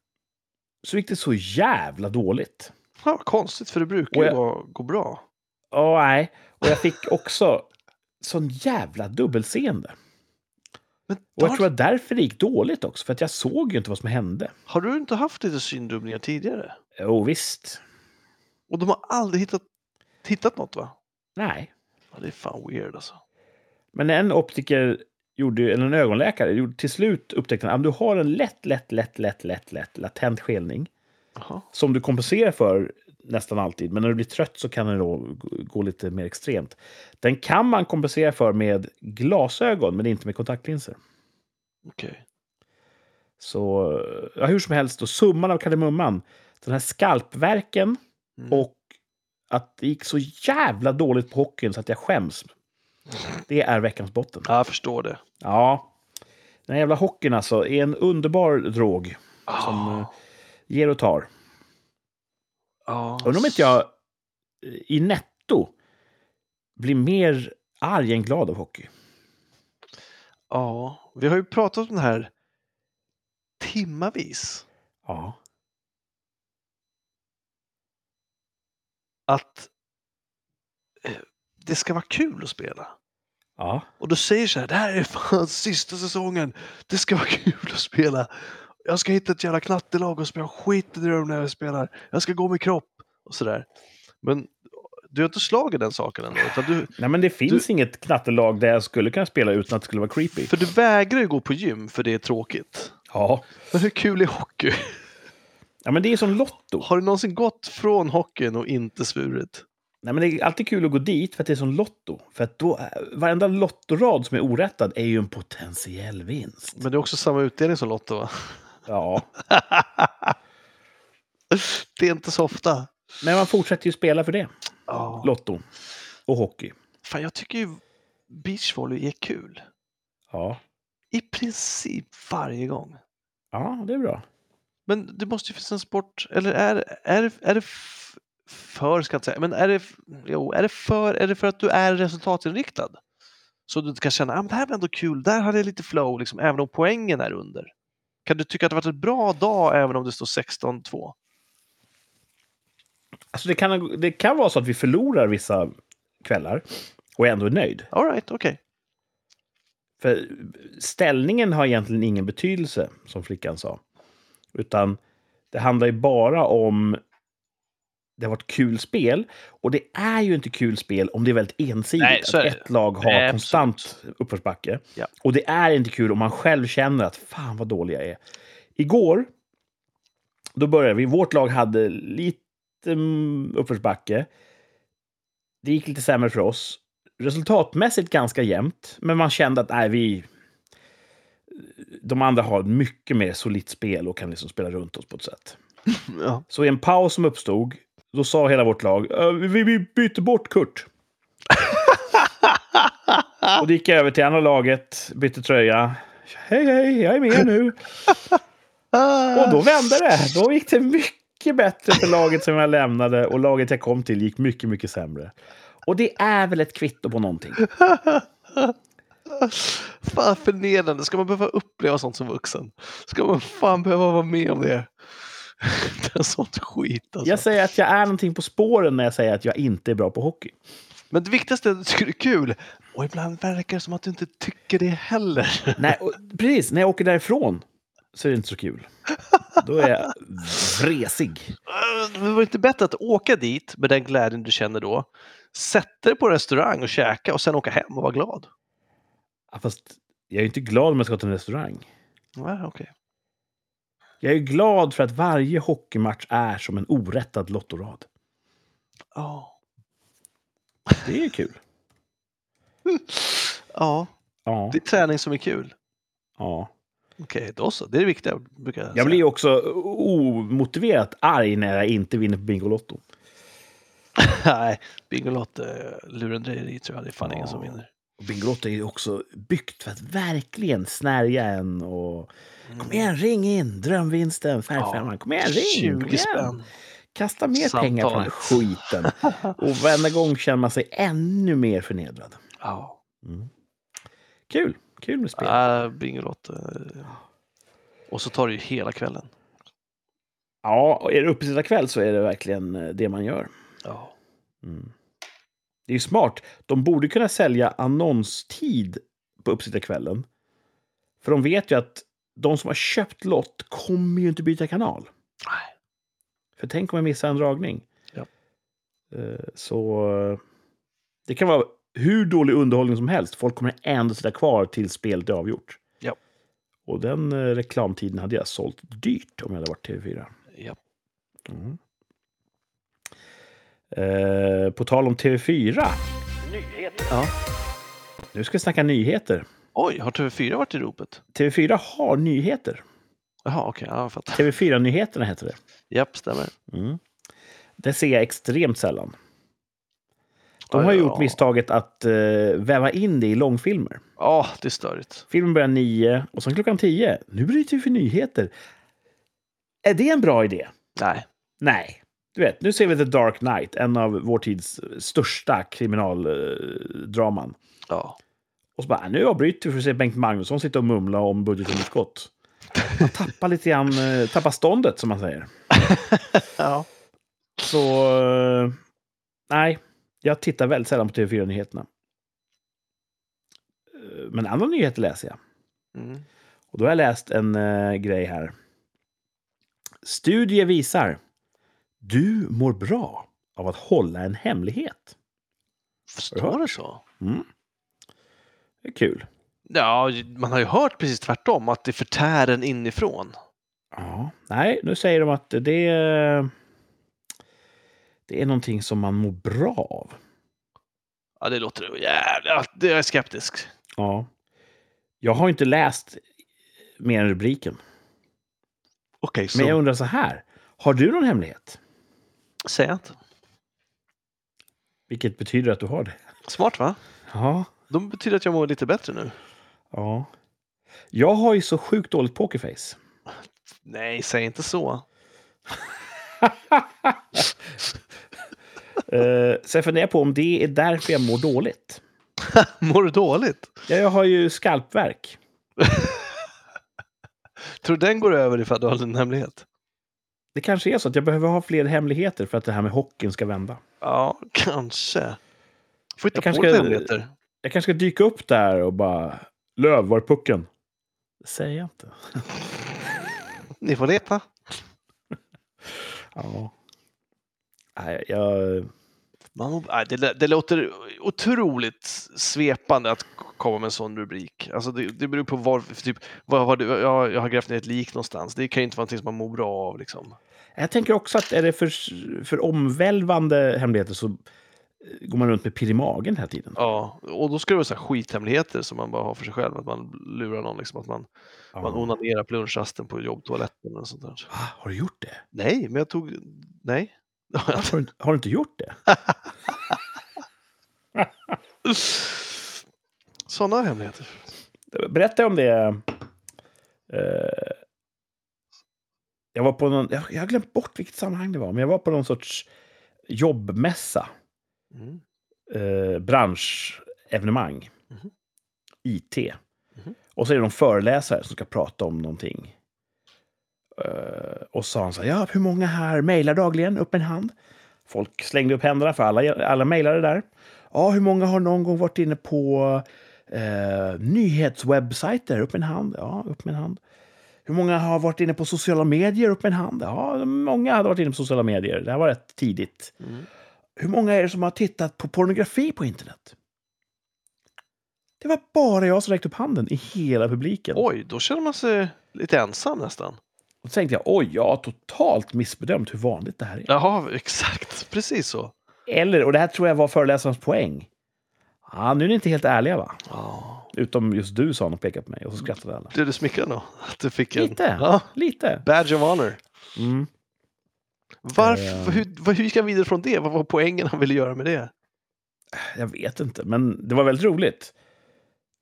så gick det så jävla dåligt. Ja, vad konstigt, för det brukar Och ju jag- vara- gå bra. Ja, nej. Och jag fick också sån jävla dubbelseende. Men Och jag har, tror att därför det gick dåligt också, för att jag såg ju inte vad som hände. har du inte haft lite syndubbningar tidigare? Jo, visst. Och de har aldrig hittat hittat något va? Nej. Ja, det är fan weird alltså. Men en optiker, gjorde, ju- eller en ögonläkare, gjorde, till slut upptäckte han att du har en lätt, lätt, lätt, lätt, lätt, lätt latent skelning Jaha. som du kompenserar för nästan alltid. Men när du blir trött så kan den då g- gå lite mer extremt. Den kan man kompensera för med glasögon, men inte med kontaktlinser. Okej. Så ja, hur som helst, då, summan av kardemumman, den här skalpverken Mm. och att det gick så jävla dåligt på hockeyn så att jag skäms. Det är veckans botten. Ja, jag förstår det. Ja, den här jävla hockeyn alltså är en underbar drog. Som, Ah, eh, Ger och tar. ja. Undrar om inte jag eh, i netto blir mer arg än glad av hockey. Ja, vi har ju pratat om det här timmavis. Ja. Att eh, det ska vara kul att spela. Ja. Och du säger så här, det här är fan sista säsongen. Det ska vara kul att spela. Jag ska hitta ett jävla knattelag och spela skit i det när jag spelar. Jag ska gå med kropp och sådär. Men du har inte slagit den saken ändå. Utan du, Nej, men det finns inget knattelag där jag skulle kunna spela utan att det skulle vara creepy. för du vägrar ju gå på gym för det är tråkigt. Ja. Men hur kul är hockey? ja, men det är som Lotto. Har du någonsin gått från hockeyn och inte svurit? Nej, men det är alltid kul att gå dit för att det är som Lotto. För att då, eh, varenda lottorad som är orättad är ju en potentiell vinst. Men det är också samma utdelning som Lotto va? Ja. Det är inte så ofta. Men man fortsätter ju spela för det. Ja. Lotto och hockey. Fan, jag tycker ju beachvolley är kul. Ja. I princip varje gång. Ja, det är bra. Men det måste ju finnas en sport, eller är, är, det- är det f- för, ska jag inte säga, men är det, f- jo, är det för, är det för att du är resultatinriktad? Så du kan känna, ah, men det här var ändå kul, där hade jag lite flow, liksom, även om poängen är under. Kan du tycka att det varit en bra dag även om det står 16-2? Alltså det, kan, det kan vara så att vi förlorar vissa kvällar och är ändå nöjd. Alright, okej. För ställningen har egentligen ingen betydelse, som flickan sa. Utan det handlar ju bara om det har varit kul spel. Och det är ju inte kul spel om det är väldigt ensidigt. Nej, så att är det. ett lag har Nej, konstant uppförsbacke. Ja. Och det är inte kul om man själv känner att fan vad dålig jag är. Igår, då började vi. Vårt lag hade lite mm, uppförsbacke. Det gick lite sämre för oss. Resultatmässigt ganska jämnt, men man kände att nej, vi... De andra har mycket mer solitt spel och kan liksom spela runt oss på ett sätt. Ja. Så i en paus som uppstod, då sa hela vårt lag "Eh, vi, vi byter bort Kurt. och då gick jag över till andra laget, bytte tröja. Hej, hej, jag är med nu. Ah, Och då vände det. Då gick det mycket bättre för laget som jag lämnade och laget jag kom till gick mycket, mycket sämre. Och det är väl ett kvitto på någonting? Fan förnedrande, ska man behöva uppleva sånt som vuxen? Ska man fan behöva vara med om det? Det är sånt skit alltså. Jag säger att jag är någonting på spåren när jag säger att jag inte är bra på hockey. Men det viktigaste är att du tycker det är kul. Och ibland verkar det som att du inte tycker det heller. Nej, och, precis. När jag åker därifrån så är det inte så kul. Då är jag vresig. Det var det inte bättre att åka dit med den glädjen du känner då, sätta dig på en restaurang och käka och sen åka hem och vara glad? Ja, Fast jag är ju inte glad om jag ska till en restaurang. Nej, okej. Jag är ju glad för att varje hockeymatch är som en orättad lottorad. Ja. Det är ju kul. Ja, Ja. det är träning som är kul. ja. Okej, då så. Det är det viktiga. Brukar jag Jag säga. blir ju också omotiverat arg när jag inte vinner på Bingolotto. Nej, Bingolotto-lurendrejeri tror jag. Det är fan ingen som Ja. vinner. Och Bingolotto är ju också byggt för att verkligen snärja en. Och... Mm. Kom igen, ring in! Drömvinsten, färgfemman. Kom igen, ring! Kom 20 igen. spänn. Kasta mer pengar på den här skiten. Och varenda gång känner man sig ännu mer förnedrad. Mm. Ja. Kul! Kul med spel. Ah, Bingolotto. Och så tar det ju hela kvällen. Ja, och är det uppesittarkväll så är det verkligen eh, det man gör. Ja. Mm. Det är ju smart. De borde kunna sälja annonstid på uppesittarkvällen. För de vet ju att de som har köpt lott kommer ju inte byta kanal. Nej. För tänk om jag missar en dragning. Ja. Eh, Så eh, det kan vara hur dålig underhållning som helst. Folk kommer ändå sitta kvar tills spelet är avgjort. Ja. Och den eh, reklamtiden hade jag sålt dyrt om jag hade varit TV4. Ja. Mm. Eh, på tal om TV4. Nyheter. Nu ska vi snacka nyheter. Oj, har TV4 varit i ropet? TV4 har nyheter. Jaha, okej, ja, jag fattar. TV4-nyheterna heter det. Japp, stämmer. Mm. Det ser jag extremt sällan. De Ja, har ja, gjort ja. misstaget att eh, väva in det i långfilmer. Ja, det är störigt. Filmen börjar nio och sen klockan tio. Nu bryter vi för nyheter. Är det en bra idé? Nej. Nej. Du vet, nu ser vi The Dark Knight, en av vår tids största kriminaldraman. Ja. Och så bara, nu avbryter vi för att se Bengt Magnusson sitta och mumla om budgetunderskott. Man tappar lite grann, eh, tappar ståndet som man säger. ja. Så eh, nej, jag tittar väldigt sällan på TV4-nyheterna. Eh, Men andra nyheter läser jag. Mm. Och då har jag läst en eh, grej här. Studie visar. Du mår bra av att hålla en hemlighet. Står det så? Det är kul. Ja, man har ju hört precis tvärtom, att det förtär en inifrån. Ja, nej, nu säger de att det, det är någonting som man mår bra av. Ja, det låter jävligt... Det är jag skeptisk. Ja. Jag har inte läst mer än rubriken. Okej, Men jag så undrar så här. Har du någon hemlighet? säg inte. Vilket betyder att du har det. Smart, va? Ja. De betyder att jag mår lite bättre nu. ja. Jag har ju så sjukt dåligt pokerface. Nej, säg inte så. Eh, så jag funderar på om det är därför jag mår dåligt. Mår du dåligt? Ja, jag har ju skalpverk. Tror du den går över ifall du har en hemlighet? Det kanske är så att jag behöver ha fler hemligheter för att det här med hockeyn ska vända. Ja, kanske. Får hitta Jag på kanske lite ska- hemligheter. Jag kanske ska dyka upp där och bara... Löv, var är pucken? Det säger jag inte. Ni får leta. Ja. Nej, jag... Man, må- nej, det, lä- det låter otroligt svepande att k- komma med en sån rubrik. Alltså det, det beror på var, för typ, var, var du, jag, jag har grävt ner ett lik någonstans. Det kan ju inte vara någonting som man mår bra av. Liksom. jag tänker också att är det för, för omvälvande hemligheter så går man runt med pirr i magen hela tiden. Ja, och då ska det vara så här skithemligheter som man bara har för sig själv. Att man lurar någon, liksom, att man, man Ja. onanerar på lunchrasten på jobbtoaletten. Och sånt där. Ah, har du gjort det? Nej, men jag tog... Nej. Har du, har du inte gjort det? Sådana hemligheter. Berätta om det. Eh, jag var på någon, jag, jag har glömt bort vilket sammanhang det var, men jag var på någon sorts jobbmässa, Mm. eh, branschevenemang, Mhm. IT. Mhm. Och så är det någon föreläsare som ska prata om någonting. Eh, och sa han så här, ja, hur många här mejlar dagligen? Upp en hand. Folk slängde upp händerna för alla, alla mejlade där. Ja, hur många har någon gång varit inne på eh, nyhetswebbsajter? Upp en hand. Ja, upp med en hand. Hur många har varit inne på sociala medier? Upp med en hand. Ja, många hade varit inne på sociala medier. Det här var rätt tidigt. Mm. Hur många är det som har tittat på pornografi på internet? Det var bara jag som räckte upp handen i hela publiken. Oj, då känner man sig lite ensam nästan. Och så tänkte jag, oj, jag har totalt missbedömt hur vanligt det här är. Jaha, exakt. Precis så. Eller, och det här tror jag var föreläsarens poäng. Ah, nu är ni inte helt ärliga va? Ja. Utom just du sa han och pekade på mig och så skrattade alla. Blev du smickrad då? Att du fick en... Lite. Ja. Lite. Badge of honor. Mm. Varför, Eh. hur, vad- hur gick han vidare från det? Vad var poängen han ville göra med det? Jag vet inte, men det var väldigt roligt.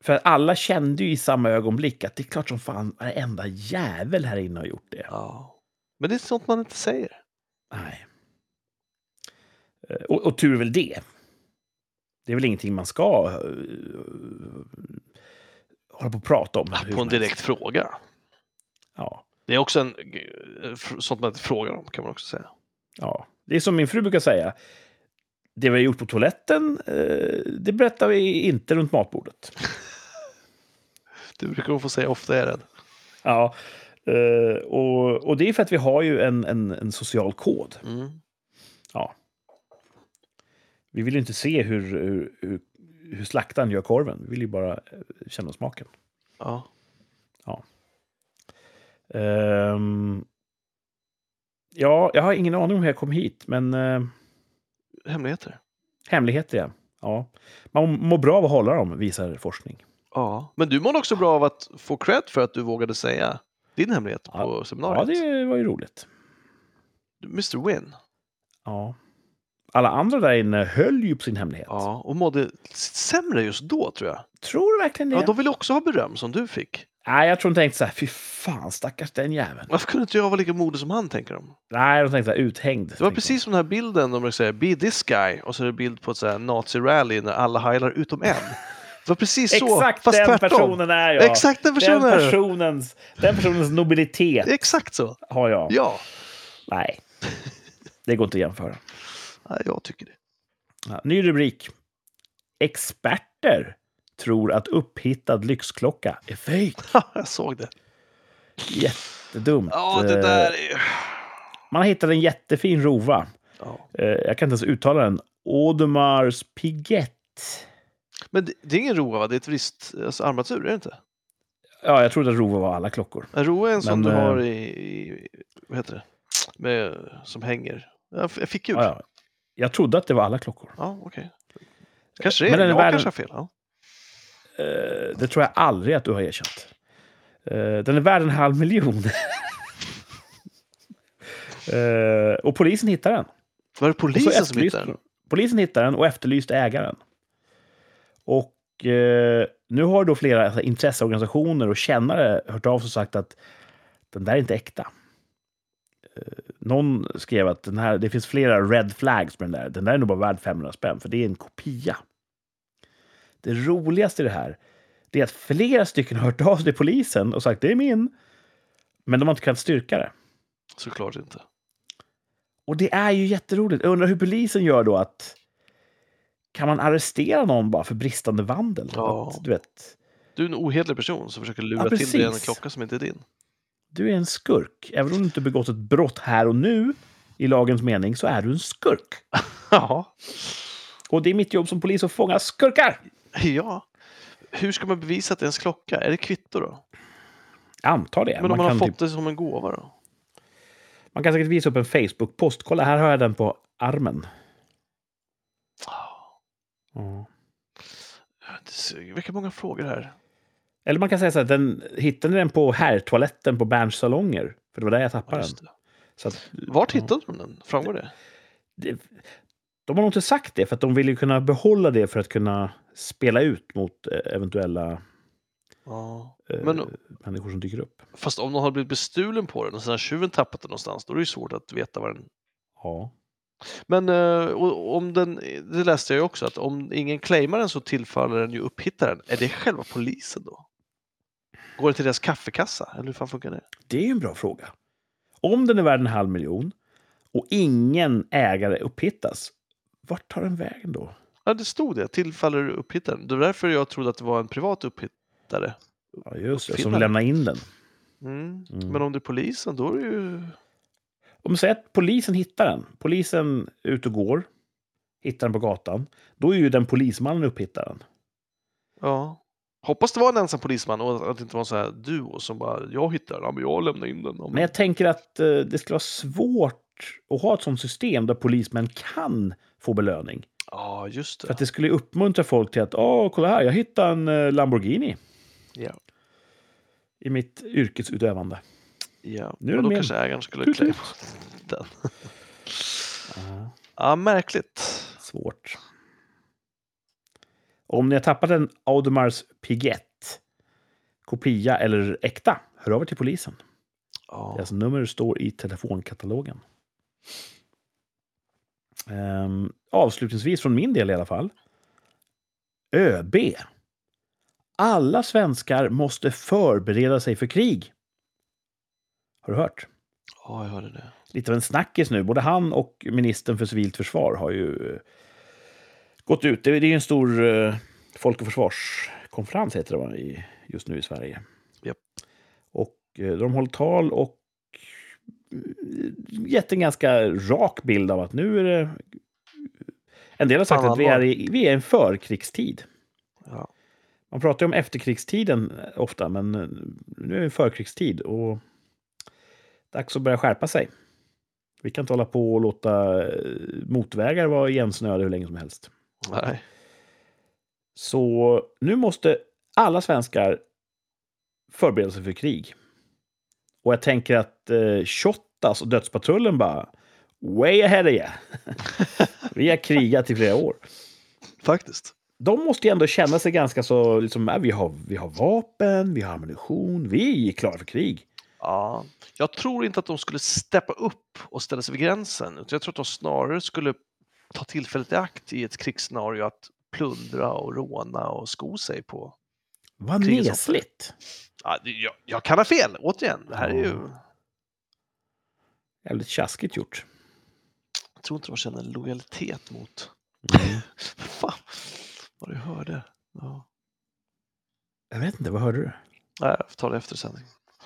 För alla kände ju i samma ögonblick att det är klart som fan varenda jävel här inne har gjort det. Ja. Men det är sånt man inte säger. Nej. Eh, Och, och tur väl det. Det är väl ingenting man ska eh, hålla på och prata om. hur På en som helst. direkt fråga. Ja, Det är också en, eh, fr- sånt man inte frågar om, kan man också säga. ja. Det är som min fru brukar säga. Det vi har gjort på toaletten, eh, det berättar vi inte runt matbordet. Det brukar hon få säga ofta, är jag rädd. Ja, eh, och, och det är för att vi har ju en, en, en social kod. Mm. Ja. Vi vill ju inte se hur, hur, hur, hur slaktaren gör korven. Vi vill ju bara eh, känna smaken. Ja. Ehm, ja, jag har ingen aning om hur jag kom hit, men eh, Hemligheter. hemligheter ja. ja. Man mår bra av att hålla dem, visar forskning. Ja. Men du mådde också bra av att få cred för att du vågade säga din hemlighet Ja. på Ja, seminariet. det var ju roligt. Mr Win. Ja. Alla andra där inne höll ju på sin hemlighet. Ja, och mådde sämre just då tror jag. Tror du verkligen det? Ja, de ville också ha beröm som du fick. Nej, jag tror de tänkte så här, fy fan stackars den jäveln. Varför kunde inte jag vara lika modig som han, tänker de. Nej, de tänkte så här, uthängd. Det var tänkte precis som den här bilden, de brukar säga “Be this guy” och så är det bild på ett så här nazi-rally när alla heilar utom en. Det var precis de. så, Exakt fast den tvärtom. personen är jag. Exakt den personen! Den, personens, den personens nobilitet Exakt så! har jag. Ja, Nej, det går inte att jämföra. ja jag tycker det. Ja, ny rubrik. Experter tror att upphittad lyxklocka är fejk. jag såg det. Jättedumt. Eh, Ja, det där är... Man har hittat en jättefin rova. Ja. Eh, Jag kan inte ens uttala den. Audemars Piguet. Men det, det är ingen roa, va? Det är ett visst alltså, armatur, är det inte? Ja, jag trodde att rova var alla klockor. En roa är en som Men, du eh, har i... i vad heter det? Med, som hänger. Jag, f- jag fick ut. Ja, Ja, ja. Jag trodde att det var alla klockor. okej. Kanske det Men är. den är Jag värd- kanske har fel. Ja. Eh, Det tror jag aldrig att du har erkänt. Eh, Den är värd en halv miljon. Eh, och polisen hittar den. Var det Och så polisen som efterlyste hittade den? de- Polisen hittade den och efterlyste ägaren. Och eh, nu har då flera alltså, intresseorganisationer och kännare hört av sig och sagt att den där är inte äkta. Eh, Någon skrev att den här, det finns flera red flags med den där. Den där är nog bara värd 500 spänn, för det är en kopia. Det roligaste i det här det är att flera stycken har hört av sig till polisen och sagt det är min. Men de har inte kunnat styrka det. Såklart inte. Och det är ju jätteroligt. Jag undrar hur polisen gör då att... Kan man arrestera någon bara för bristande vandel? Ja. Att, du vet, Du är en ohederlig person som försöker lura Ja, till dig en precis. klocka som inte är din. du är en skurk. Även om du inte begått ett brott här och nu, i lagens mening, så är du en skurk. Ja. Och det är mitt jobb som polis att fånga skurkar! ja. Hur ska man bevisa att det är ens klocka? Är det kvitto då? Jag antar det. Men om man har kan fått typ, det som en gåva då? man kan säkert visa upp en Facebook-post. Kolla, här har jag den på armen. Ja. Det ser- väcker många frågor här. Eller man kan säga så här, den, hittade ni den på herrtoaletten på Berns salonger? För det var där jag Ja, tappade just den. det. Så att, Vart Ja. hittade de den? Framgår det? det, de har nog inte sagt det, för att de vill ju kunna behålla det för att kunna spela ut mot eh, eventuella Ja. eh, Men- människor som dyker upp. Fast om någon har blivit bestulen på den och sen har tjuven tappat den någonstans, då är det ju svårt att veta var den... Ja. Men eh, och, om den, det läste jag ju också, att om ingen claimar den så tillfaller den ju upphittaren. Är det själva polisen då? Går det till deras kaffekassa? Eller hur fan funkar det? Det är ju en bra fråga. Om den är värd en halv miljon och ingen ägare upphittas, vart tar den vägen då? Ja, det stod det. Tillfaller upphittaren. Det var därför jag trodde att det var en privat upphittare. Ja, just det, som Uppfinnaren. lämnar in den. Mm. Mm. Men om det är polisen, då är det ju... Om man säger att polisen hittar den, polisen är ute och går, hittar den på gatan, då är ju den polismannen upphittaren. Ja. Hoppas det var en ensam polisman och att det inte var en sån här duo som bara “jag hittar den, ja, men jag lämnar in den”. Ja, Men jag tänker att eh, det skulle vara svårt att ha ett sånt system där polismän kan få belöning. Ja, just För det. att det skulle uppmuntra folk till att åh, kolla här, jag hittade en eh, Lamborghini Ja. i mitt yrkesutövande. Ja. Nu Men är den då min. kanske ägaren skulle Tut, claima den. Ja, Ja, märkligt. svårt. Om ni har tappat en Audemars Piguet, kopia eller äkta, hör av er till polisen. Ja. Deras nummer står i telefonkatalogen. Ehm, avslutningsvis från min del i alla fall. ÖB. Alla svenskar måste förbereda sig för krig. Har du hört? ja, jag hörde det. Lite av en snackis nu. Både han och ministern för civilt försvar har ju eh, gått ut. Det är det är ju en stor eh, folk och försvarskonferens heter det va, i, just nu i Sverige. Japp. Och eh, de håller tal och eh, gett en ganska rak bild av att nu är det En del har sagt Fan, att vi är, i, vi är i en förkrigstid. Ja. Man pratar ju om efterkrigstiden ofta, men eh, nu är det förkrigstid och dags att börja skärpa sig. Vi kan inte hålla på och låta eh, motvägar vara igensnöade hur länge som helst. Nej. Så nu måste alla svenskar förbereda sig för krig. Och jag tänker att eh, Shottaz och Dödspatrullen bara way ahead of you. Vi har krigat i flera år. Faktiskt. De måste ju ändå känna sig ganska så, liksom, äh, vi, har, vi har vapen, vi har ammunition, vi är klara för krig. Ja. Jag tror inte att de skulle steppa upp och ställa sig vid gränsen. Utan jag tror att de snarare skulle ta tillfället i akt i ett krigsscenario att plundra och råna och sko sig på. Vad Krigets offer. nesligt! Ja, det- jag, jag kan ha fel, återigen. Det här är ju... Jävligt tjaskigt gjort. Jag tror inte de känner lojalitet mot... Mm. Fan, vad du hörde. Ja. Jag vet inte, vad hörde du? Nej, jag får ta det efter sändning.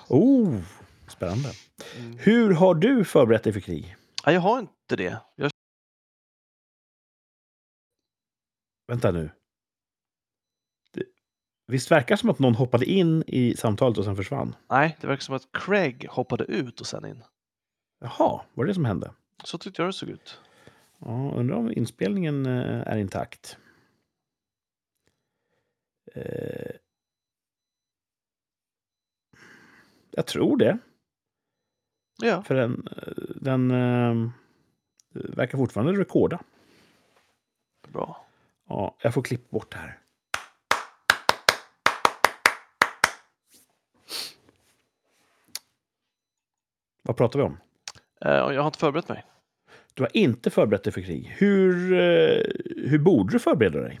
Oh, spännande. Mm. Hur har du förberett dig för krig? Nej, jag har inte det. Jag... Vänta nu. Det, visst verkar det som att någon hoppade in i samtalet och sen försvann? Nej, det verkar som att Craig hoppade ut och sen in. Jaha, var det det som hände? Så tyckte jag det såg ut. Ja, undrar om inspelningen eh, är intakt. Eh, jag tror det, Ja, för den, eh, den eh, verkar fortfarande rekorda. bra. Ja, jag får klippa bort det här. Vad pratar vi om? Eh, och jag har inte förberett mig. Du har inte förberett dig för krig. Hur, eh, hur borde du förbereda dig?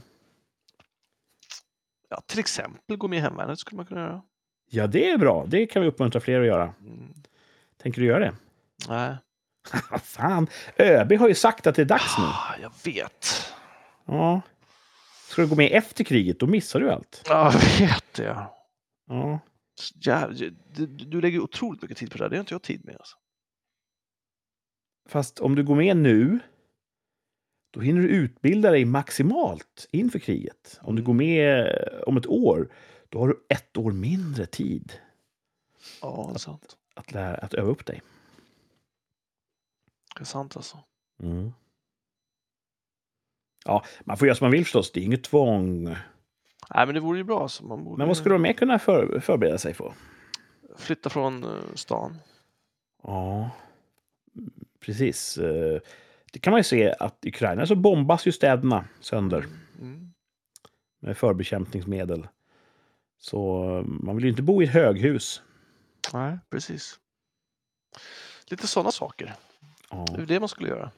Ja, till exempel gå med i hemvärnet skulle man kunna göra. Ja, det är bra. Det kan vi uppmuntra fler att göra. Mm. Tänker du göra det? Nej. Vad fan! ÖB har ju sagt att det är dags nu. Ah, jag vet. Ja. Ska du gå med efter kriget, då missar du allt. Ja, jag vet det. Ja. Ja, du, du lägger otroligt mycket tid på det här. Det har inte jag tid med. Alltså. Fast om du går med nu, då hinner du utbilda dig maximalt inför kriget. Om du Mm. går med eh, om ett år, då har du ett år mindre tid Ja, det är sant. att, lära, att öva upp dig. Det är sant alltså. Ja, man får göra som man vill förstås. Det är inget tvång. Nej, men det vore ju bra. Alltså. Man borde Men vad skulle de mer kunna för, förbereda sig för? flytta från eh, stan. Ja, precis. Eh, Det kan man ju se att i Ukraina så bombas ju städerna sönder Mm. med förbekämpningsmedel. Så eh, man vill ju inte bo i ett höghus. Nej, precis. Lite sådana saker. Ja. Det är det man skulle göra.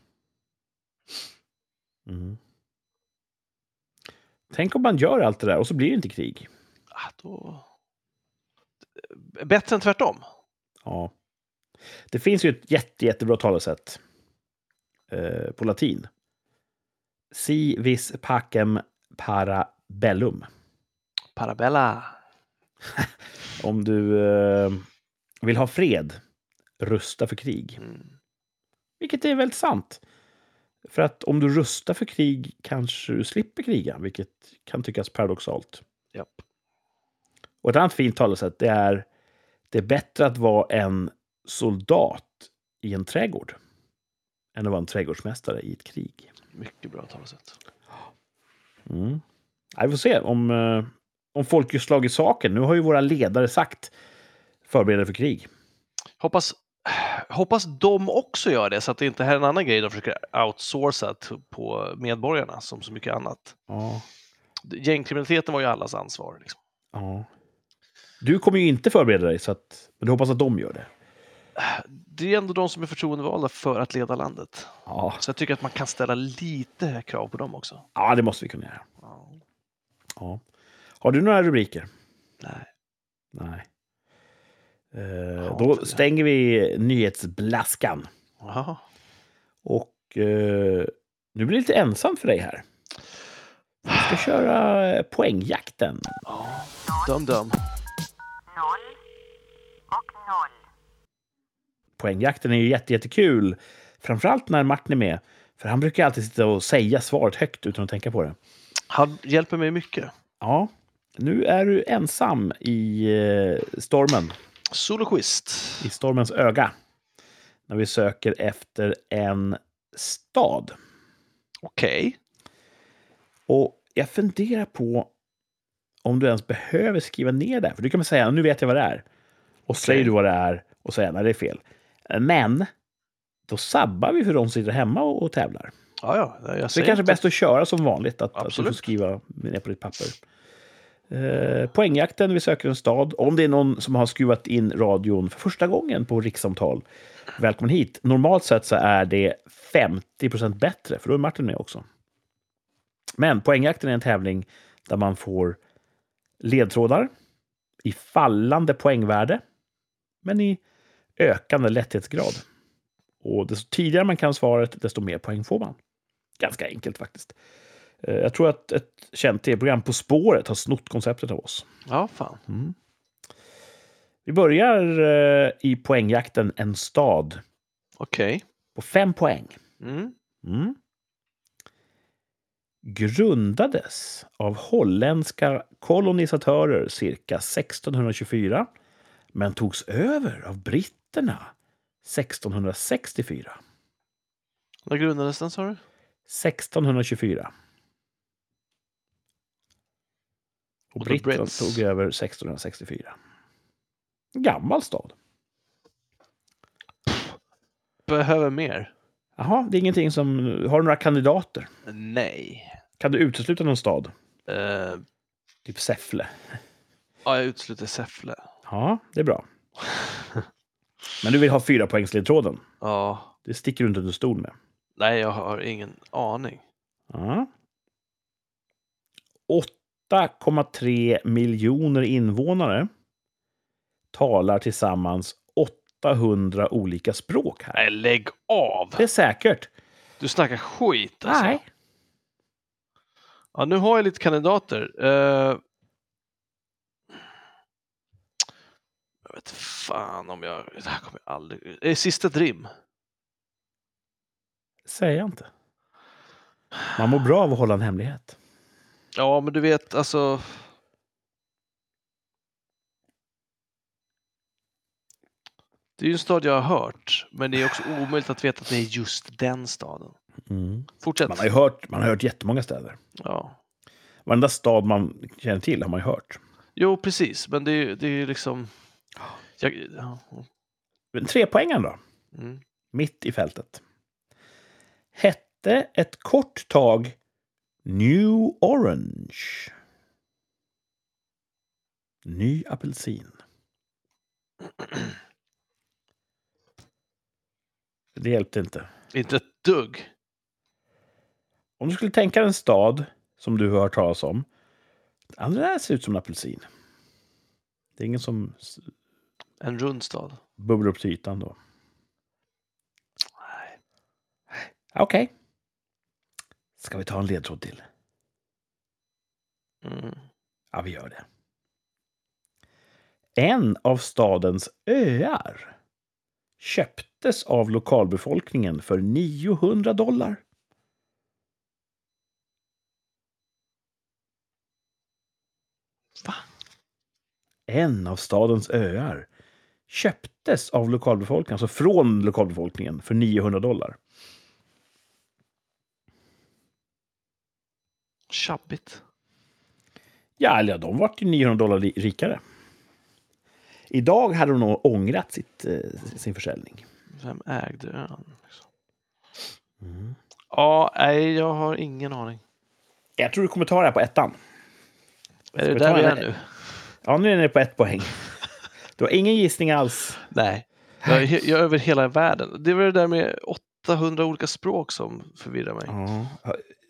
Mm. Tänk om man gör allt det där och så blir det inte krig. Ah, då... eh, Bättre än tvärtom. Ja. Det finns ju ett jätte, jättebra talesätt eh, på latin. Si vis pacem para bellum. Parabella. Om du eh, vill ha fred, rusta för krig. Mm. Vilket är väldigt sant. För att om du rustar för krig kanske du slipper kriga, vilket kan tyckas paradoxalt. Japp. Och ett annat fint talesätt det är det är bättre att vara en soldat i en trädgård än att vara en trädgårdsmästare i ett krig. Mycket bra talesätt. Mm. Ja, Vi får se om, eh, om folk gör slag i saken. Nu har ju våra ledare sagt förbereda er för krig. Hoppas, hoppas de också gör det så att det inte här är en annan grej de försöker outsourca t- på medborgarna som så mycket annat. Ja. Gängkriminaliteten var ju allas ansvar. Liksom. Ja. Du kommer ju inte förbereda dig, så att, men du hoppas att de gör det. Det är ändå de som är förtroendevalda för att leda landet. Ja, Så jag tycker att man kan ställa lite krav på dem också. ja det måste vi kunna göra. Ja. Ja. Har du några rubriker? Nej. Nej. Ja, Eh, då det. stänger vi nyhetsblaskan. Jaha. Och eh, nu blir det lite ensamt för dig här. Vi ska köra eh, poängjakten. Ja. Döm, döm. noll och noll. Poängjakten är ju jätte, jättekul. Framförallt när Martin är med. För han brukar alltid sitta och säga svaret högt utan att tänka på det. Han hjälper mig mycket. Ja, nu är du ensam i eh, stormen, Soloquist. i stormens öga. När vi söker efter en stad. Okej. Och jag funderar på om du ens behöver skriva ner det. här. För du kan väl säga, nu vet jag vad det är. Och säger du vad det är och säger, nej det är fel. Men då sabbar vi för de som sitter hemma och, och tävlar. Ja, ja. Jag Så det säger är kanske inte- bäst att köra som vanligt, att, att du får Absolut. skriva ner på ditt papper. Eh, poängjakten, vi söker en stad. Om det är någon som har skruvat in radion för första gången på rikssamtal, välkommen hit. Normalt sett så är det 50 bättre, för då är Martin med också. Men poängjakten är en tävling där man får ledtrådar i fallande poängvärde, men i ökande lätthetsgrad. Och desto tidigare man kan svaret, desto mer poäng får man. Ganska enkelt faktiskt. Eh, Jag tror att ett känt tv-program, På spåret, har snott konceptet av oss. Mm. Ja, fan. Vi börjar eh, i poängjakten En stad Okej. på fem poäng. Mm. Mm. Grundades av holländska kolonisatörer cirka 1624 men togs över av britterna 1664. När grundades den, sa du? 1624. Och Och the britterna Brits. tog över 1664. Gammal stad. Behöver mer? Jaha, det är ingenting som... Har du några kandidater? Nej. Kan du utesluta någon stad? Eh, Typ Säffle? ja, jag utesluter Säffle. Ja, det är bra. Men du vill ha fyra poängsledtråden. Ja. Det sticker du inte under stol med. Nej, jag har ingen aning. Ja. 8,3 miljoner invånare talar tillsammans 800 olika språk här. Nej, lägg av! Det är säkert. Du snackar skit alltså. Nej. Ja, nu har jag lite kandidater. Eh, Jag vet fan om jag... Det här kommer jag aldrig... Eh, Sista Dream. Säger jag inte. Man mår bra av att hålla en hemlighet. Ja, men du vet alltså... Det är ju en stad jag har hört, men det är också omöjligt att veta att det är just den staden. Fortsätt. Man, har ju hört, man har hört jättemånga städer. Ja. Varenda stad man känner till har man ju hört. Jo, precis, men det är ju det är ju liksom... Jag... ja, Men trepoängaren då? Mm. mitt i fältet. Hette ett kort tag New Orange. Ny apelsin. Det hjälpte inte. Inte ett dugg. Om du skulle tänka dig en stad som du har hört talas om. Ja, Det där ser ut som en apelsin. Det är ingen som s- En rund stad. bubblar upp till ytan då. Nej. Okej. Ska vi ta en ledtråd till? Mm. Ja, vi gör det. En av stadens öar köptes av lokalbefolkningen för 900 dollar. Va? En av stadens öar köptes av lokalbefolkningen, alltså från lokalbefolkningen, för 900 dollar. Tjabbigt. Ja, eller ja, de vart ju 900 dollar li- rikare. Idag hade de nog ångrat sitt, eh, sin försäljning. Vem ägde ön? Liksom? Mm. Ja, nej, jag har ingen aning. Jag tror du kommer ta det här på ettan. Är det vi där ta vi en- är nu? Ja, nu är ni på ett poäng. Du har ingen gissning alls. Nej. Jag är, he- jag är över hela världen. Det var det där med 800 olika språk som förvirrar mig.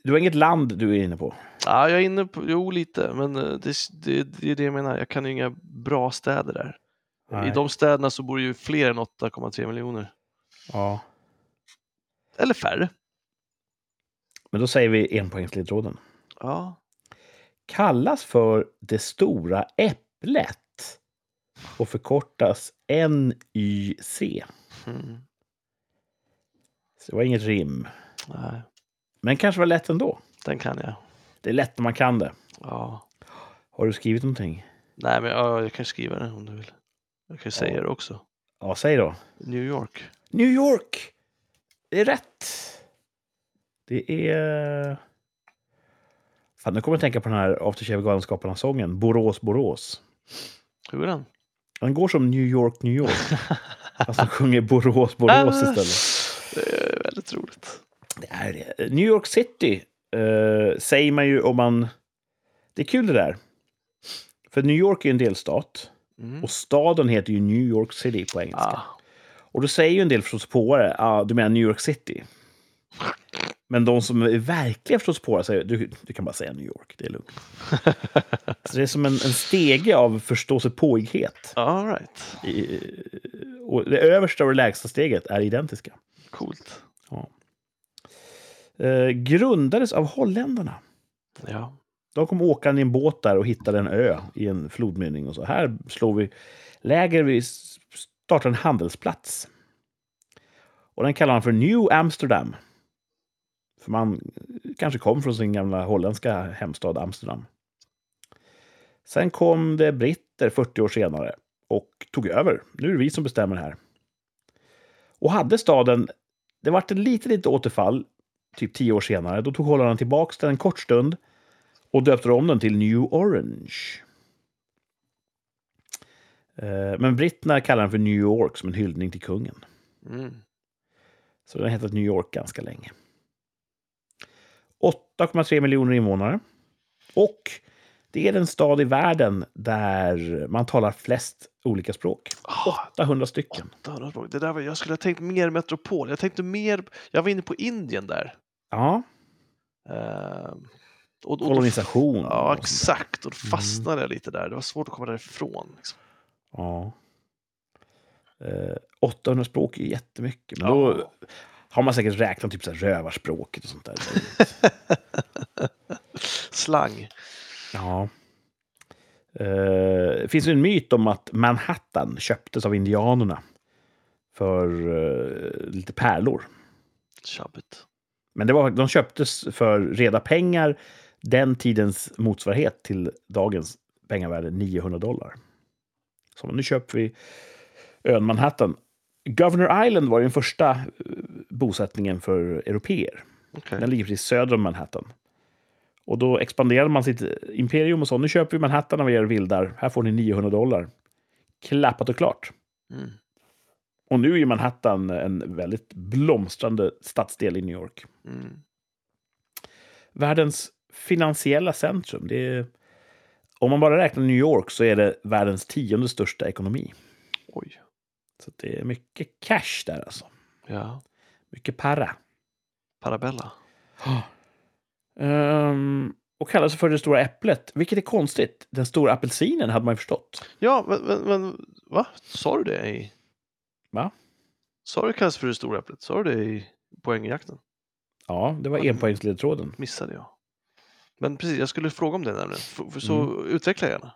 Du har inget land du är inne på. Ja, jag är inne på, jo lite, men eh, det, det, det är det jag menar. Jag kan ju inga bra städer där. I Nej. de städerna så bor ju fler än 8,3 miljoner. Ja. Eller färre. Men då säger vi enpoängsledtråden. Ja. Kallas för det stora äpplet och förkortas NYC. Mm. Så det var inget rim. Nej, Men kanske var lätt ändå. den kan jag. Det är lätt när man kan det. Ja. Har du skrivit någonting? Nej, men ja, jag kan skriva det om du vill. Jag kan ju säga det också. Ja, säg då. New York. New York! Det är rätt. Det är... Fan, nu kommer jag att tänka på den här After Shave Galenskaparna-sången. Borås, Borås. Hur är den? Den går som New York, New York. Fast de sjunger Borås, Borås Ah, istället. Det är väldigt roligt. Det är det. New York City eh, säger man ju om man... Det är kul det där. För New York är ju en delstat. Mm. Och staden heter ju New York City på engelska. Ah, Och då säger ju en del förståsigpåare, ah, du menar New York City. Men de som är verkliga förståsigpåare säger, du, du kan bara säga New York, det är lugnt. Så det är som en, en stege av förståsigpåighet. all right. I- Och det översta och det lägsta steget är identiska. Coolt. Eh, grundades av holländarna. Ja. De kom åkande i en båt där och hittade en ö i en flodmynning och så. Här slår vi läger, vi s- startar en handelsplats. Och den kallar man för New Amsterdam. För man eh, kanske kom från sin gamla holländska hemstad Amsterdam. Sen kom det britter 40 år senare och tog över. Nu är det vi som bestämmer här. Och hade staden, det vart ett litet, litet återfall, typ 10 år senare. Då tog holländarna tillbaks den en kort stund och döpte om den till New Orange. Eh, Men britterna kallar den för New York som en hyllning till kungen. Mm. Så den har hetat New York ganska länge. 8,3 miljoner invånare. Och det är den stad i världen där man talar flest olika språk. Ah, 800 stycken. Donald Rock. Det där var, jag skulle ha tänkt mer metropol. Jag tänkte mer, jag var inne på Indien där. Ja, Ehm, och, och då- kolonisation. och Ja, sånt där. exakt. Och då Mm. fastnade jag lite där. Det var svårt att komma därifrån. Liksom. Ja. Eh, 800 språk är ju jättemycket. Men Ja. då har man säkert räknat typ så här rövarspråket och sånt där. Slang. ja. Eh, det finns ju en myt om att Manhattan köptes av indianerna för eh, lite pärlor. Tjabbigt. Men det var, de köptes för reda pengar, den tidens motsvarighet till dagens pengavärde 900 dollar. Så nu köper vi ön Manhattan. Governor Island var ju den första eh, bosättningen för européer. Okej. Den ligger precis söder om Manhattan. Och då expanderade man sitt imperium och sa nu köper vi Manhattan av er vildar. Här får ni 900 dollar. Klappat och klart. Mm. Och nu är ju Manhattan en väldigt blomstrande stadsdel i New York. Mm. världens finansiella centrum. Det är, om man bara räknar New York så är det världens tionde största ekonomi. Oj. Så att det är mycket cash där alltså. Ja. Mycket para. Parabella. Ehm, och kallas för det stora äpplet, vilket är konstigt. Den stora apelsinen hade man ju förstått. Ja, men, men, men va? Sa du det i... Va? Sa du det kallas för det stora äpplet? Sa du det i poängjakten? Ja, det var Ja, enpoängsledtråden. Missade jag. Men precis, jag skulle fråga om det nämligen. F- f- Så Mm. utveckla gärna.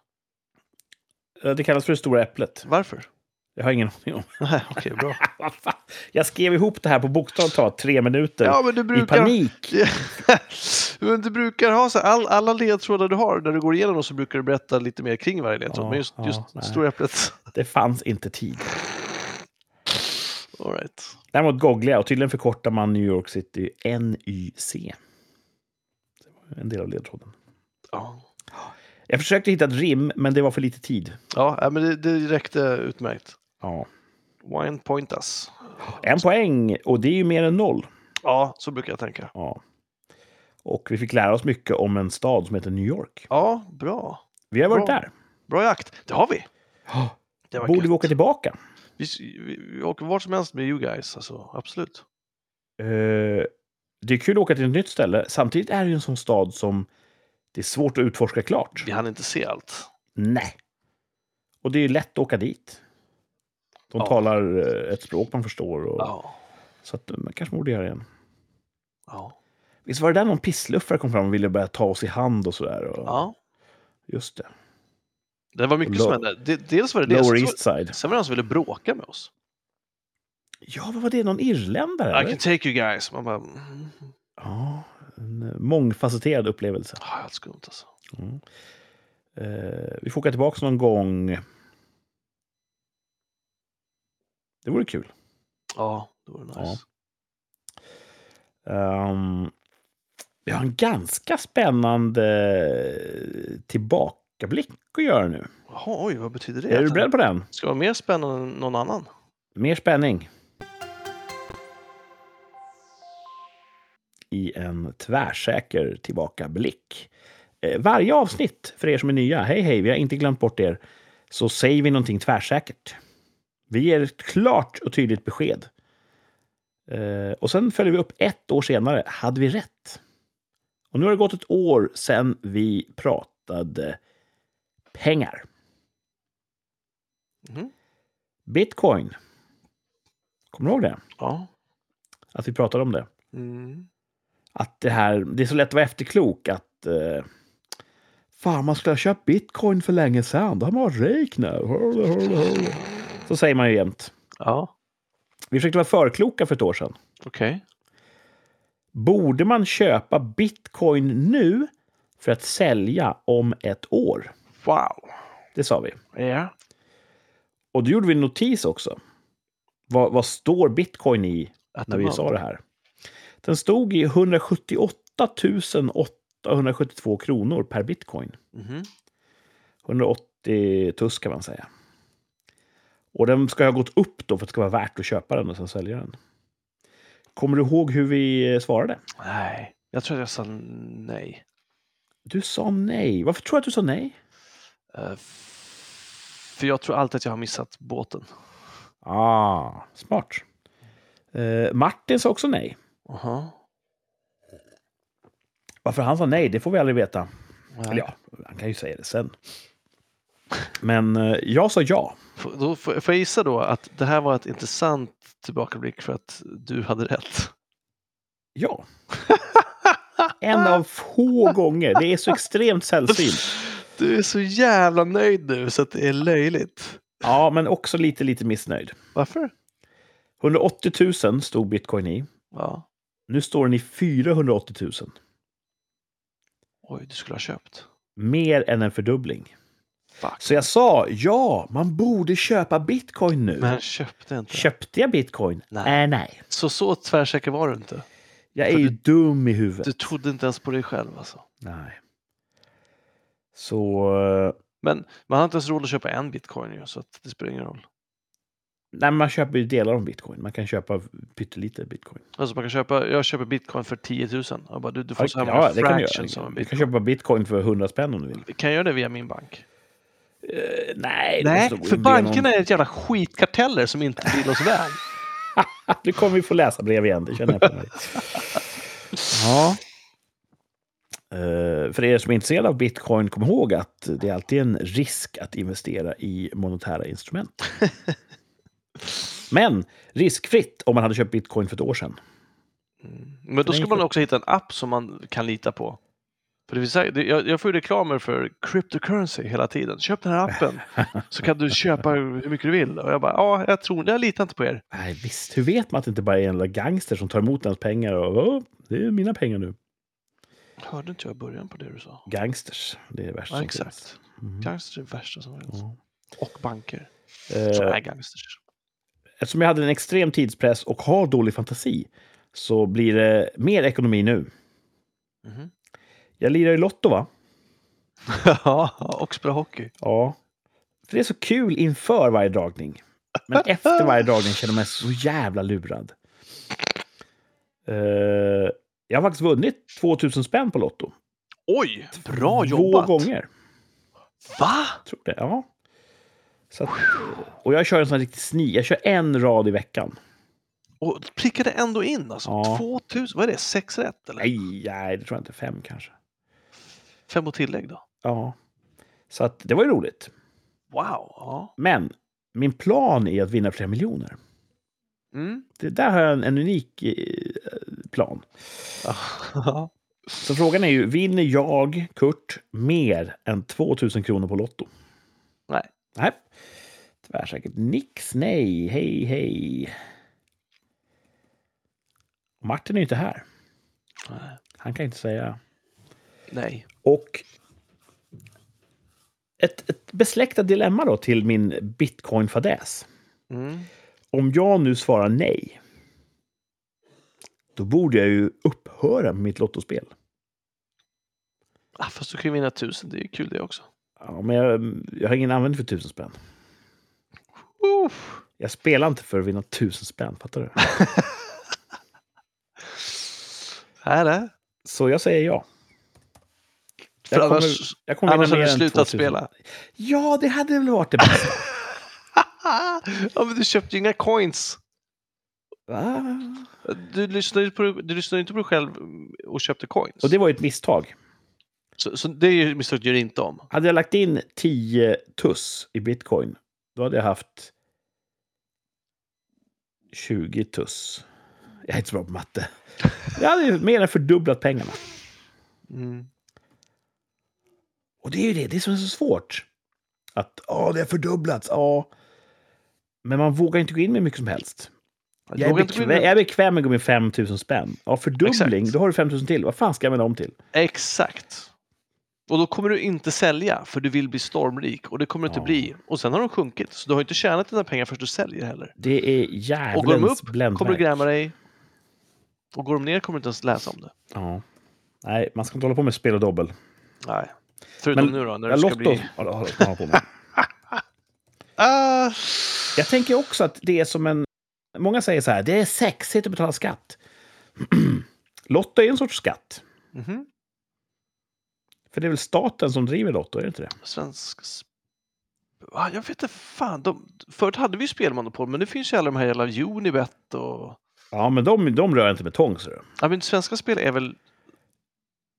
Eh, Det kallas för det stora äpplet. Varför? Jag har ingen aning om. Nej, okej, bra. Vad fan? Jag skrev ihop det här på bokstavligt talat tre minuter. Ja, men du I brukar... panik. men du brukar ha så här, all, alla ledtrådar du har, när du går igenom dem så brukar du berätta lite mer kring varje ledtråd. Ja, men just, ja, just nej. stora äpplet, Det fanns inte tid. all right. Däremot googlar jag och tydligen förkortar man New York City NYC. Det var En del av ledtråden. Ja, Jag försökte hitta ett rim, men det var för lite tid. ja nej, men det, det räckte utmärkt. Ja. Wine point us. En poäng, och det är ju mer än noll. Ja, så brukar jag tänka. Ja. Och vi fick lära oss mycket om en stad som heter New York. Ja, bra. Vi har varit Bra. där. Bra jakt. Det har vi. Det var Borde gött. vi åka tillbaka? Vi, vi, vi åker vart som helst med you guys, alltså, absolut. Eh, det är kul att åka till ett nytt ställe. Samtidigt är det ju en sån stad som det är svårt att utforska klart. Vi hann inte se allt. Nej. Och det är ju lätt att åka dit. De Ja. talar eh, ett språk man förstår. Och... Ja. Så att, man kanske borde göra det igen. Ja. Visst var det där någon pissluffare kom fram och ville börja ta oss i hand och sådär? Och, ja. Just det. Det var mycket Low- som hände. Det- Dels var det det, Lower sen, så- East Side. sen var det han som ville bråka med oss. Ja, vad var det? Någon irländare? I eller? can take you guys. Man bara, mm, Ja, en eh, mångfacetterad upplevelse. ah, helt skumt alltså. Eh, vi får åka tillbaka någon gång. Det vore kul. Ja, det vore nice. Ja. Ehm, vi har en ganska spännande eh, tillbakablick att göra nu. Jaha, oj, vad betyder det? Är du beredd på den? Ska vara mer spännande än någon annan? Mer spänning. I en tvärsäker tillbakablick. Eh, Varje avsnitt, för er som är nya, hej hej, vi har inte glömt bort er, så säger vi någonting tvärsäkert. Vi ger ett klart och tydligt besked. Eh, Och sen följer vi upp ett år senare. Hade vi rätt? Och nu har det gått ett år sedan vi pratade pengar. Mhm. Bitcoin. Kommer du ihåg det? Ja. Att vi pratade om det. Mm. Att det här, det är så lätt att vara efterklok att eh, Fan, man skulle ha köpt bitcoin för länge sedan. Då har man varit rik nu. Så säger man ju jämt. Ja, Vi försökte vara förkloka för ett år sedan. okej. Borde man köpa bitcoin nu för att sälja om ett år? Wow. Det sa vi. Ja. Och då gjorde vi en notis också. Vad, vad står bitcoin i Att när vi sa det här? Den stod i 178 872 kronor per bitcoin. Mhm. 180 tuss kan man säga. Och den ska ha gått upp då för att det ska vara värt att köpa den och sen sälja den. Kommer du ihåg hur vi eh, svarade? Nej, jag tror att jag sa nej. Du sa nej. Varför tror jag att du sa nej? Eh, f- För jag tror alltid att jag har missat båten. Ah, smart. Eh, Martin sa också nej. Jaha. Varför han sa nej, det får vi aldrig veta. Nej. Eller ja, han kan ju säga det sen. Men eh, jag sa ja. F- Då får får jag gissa då att det här var ett intressant tillbakablick för att du hade rätt? Ja. En av få gånger. Det är så extremt sällsynt. Du är så jävla nöjd nu så att det är löjligt. Ja, men också lite, lite missnöjd. Varför? 180 000 stod bitcoin i. Ja. Nu står den i 480 000. Oj, du skulle ha köpt. Mer än en fördubbling. Fuck. Så jag sa ja, man borde köpa bitcoin nu. Men köpte inte. Köpte jag bitcoin? Nej. Nej, nej. Så så tvärsäker var du inte. Jag För är ju du- dum i huvudet. Du trodde inte ens på dig själv alltså. Nej. Så... eh, Men man har inte ens råd att köpa en bitcoin ju, så att det spelar ingen roll. Nej, men man köper ju delar av bitcoin. Man kan köpa pyttelite bitcoin. Alltså man kan köpa, jag köper bitcoin för 10 000. Jag bara, du, du får så här många Ja, det kan du fractions som göra. en Du kan bitcoin. köpa bitcoin för 100 spänn om du vill. Kan jag göra det via min bank? Eh, nej, det Nej, måste- för det är bankerna någon- är ett jävla skitkarteller som inte vill oss väl. Nu kommer vi få läsa brev igen, det känner jag på mig. ja. Eh, För er som är intresserade av bitcoin, kom ihåg att det är alltid en risk att investera i monetära instrument. Men riskfritt om man hade köpt bitcoin för ett år sedan. Mm. Men då ska Nej, man för- också hitta en app som man kan lita på. För det vill säga, det- jag, jag får ju reklamer för cryptocurrency hela tiden. Köp den här appen så kan du köpa hur mycket du vill. Och jag bara, ja, jag tror jag litar inte på er. Nej, visst, hur vet man att det inte bara är en jävla gangster som tar emot ens pengar och "Åh, det är mina pengar nu. Hörde inte jag början på det du sa? Gangsters, det är det värsta Ja, som exakt. finns. Mm. Gangsters är det värsta som finns. Ja. Och banker som Eh, är gangsters. Eftersom jag hade en extrem tidspress och har dålig fantasi så blir det mer ekonomi nu. Mhm. Jag lirar ju Lotto, va? Ja, och spela hockey. Ja. För det är så kul inför varje dragning. Men efter varje dragning känner man sig så jävla lurad. Eh, jag har faktiskt vunnit 2000 spänn på Lotto. Oj, bra Två jobbat! gånger. Va? Tror det, ja. Så att, eh, och jag kör en sån här riktigt sni. Jag kör en rad i veckan. Och prickade ändå in alltså. Ja. 2000, vad är det? Sex rätt eller? Nej, nej, det tror jag inte. Fem kanske. Fem och tillägg då? Ja. Så att, det var ju roligt. Wow! Ja. Men min plan är att vinna flera miljoner. Mm. Det där har jag en, en unik eh, plan. Så frågan är ju, vinner jag, Kurt, mer än 2000 kronor på Lotto? Nej. Nej. Tvärsäkert nix, nej, hej, hej. Och Martin är ju inte här. Nej. Han kan inte säga. Nej. Och ett, ett besläktat dilemma då till min bitcoin-fadäs. Mm. Om jag nu svarar nej, då borde jag ju upphöra med mitt lottospel. Ah, fast du kan ju vinna tusen, det är ju kul det också. Ja, men jag, jag har ingen användning för tusen spänn. Uff. Jag spelar inte för att vinna tusen spänn, fattar du? Nej, nej. Så jag säger ja. För Jag kommer- annars, Jag kommer vinna annars hade mer du än slutat 2000. spela. Ja, det hade väl varit det bästa. ja, men du köpte ju inga coins. Va? Du lyssnade, ju på, du lyssnade ju inte på dig själv och köpte coins. Och det var ju ett misstag. Så, så det är ju misstaget gör inte om. Hade jag lagt in 10 tuss i bitcoin, då hade jag haft 20 tuss. Jag är inte så bra på matte. Jag hade ju mer än fördubblat pengarna. Mm. Och det är ju det, det som är så svårt. Att ja, det har fördubblats, ja. Men man vågar inte gå in med mycket som helst. Jag Jag är, vågar inte gå bekväm, in jag med- är bekväm med att gå med 5 000 spänn. Ja, fördubbling, Exakt. då har du 5 000 till. Vad fan ska jag med dem till? Exakt. Och då kommer du inte sälja för du vill bli stormrik och det kommer du inte Ja. bli. Och sen har de sjunkit så du har inte tjänat dina pengar förrän du säljer heller. Det är Och går de djävulens upp kommer du bländverk. gräma dig och går de ner kommer du inte ens läsa om det. Ja. Nej, man ska inte hålla på med spel och dobbel. Nej. Förutom Men nu då när Jag du ska lotto bli... ja, det ska man hålla på med. Ah! Jag tänker också att det är som en... Många säger så här, det är sexigt att betala skatt. Lotto är en sorts skatt. Mhm. För det är väl staten som driver Lotto, är det inte det? Svensk... sp- Ah, jag vet inte fan. De... Förut hade vi ju spelmonopol men nu finns ju alla de här jävla Unibet och... Ja, men de, de rör jag inte med tång, ser du. Ja, men Svenska Spel är väl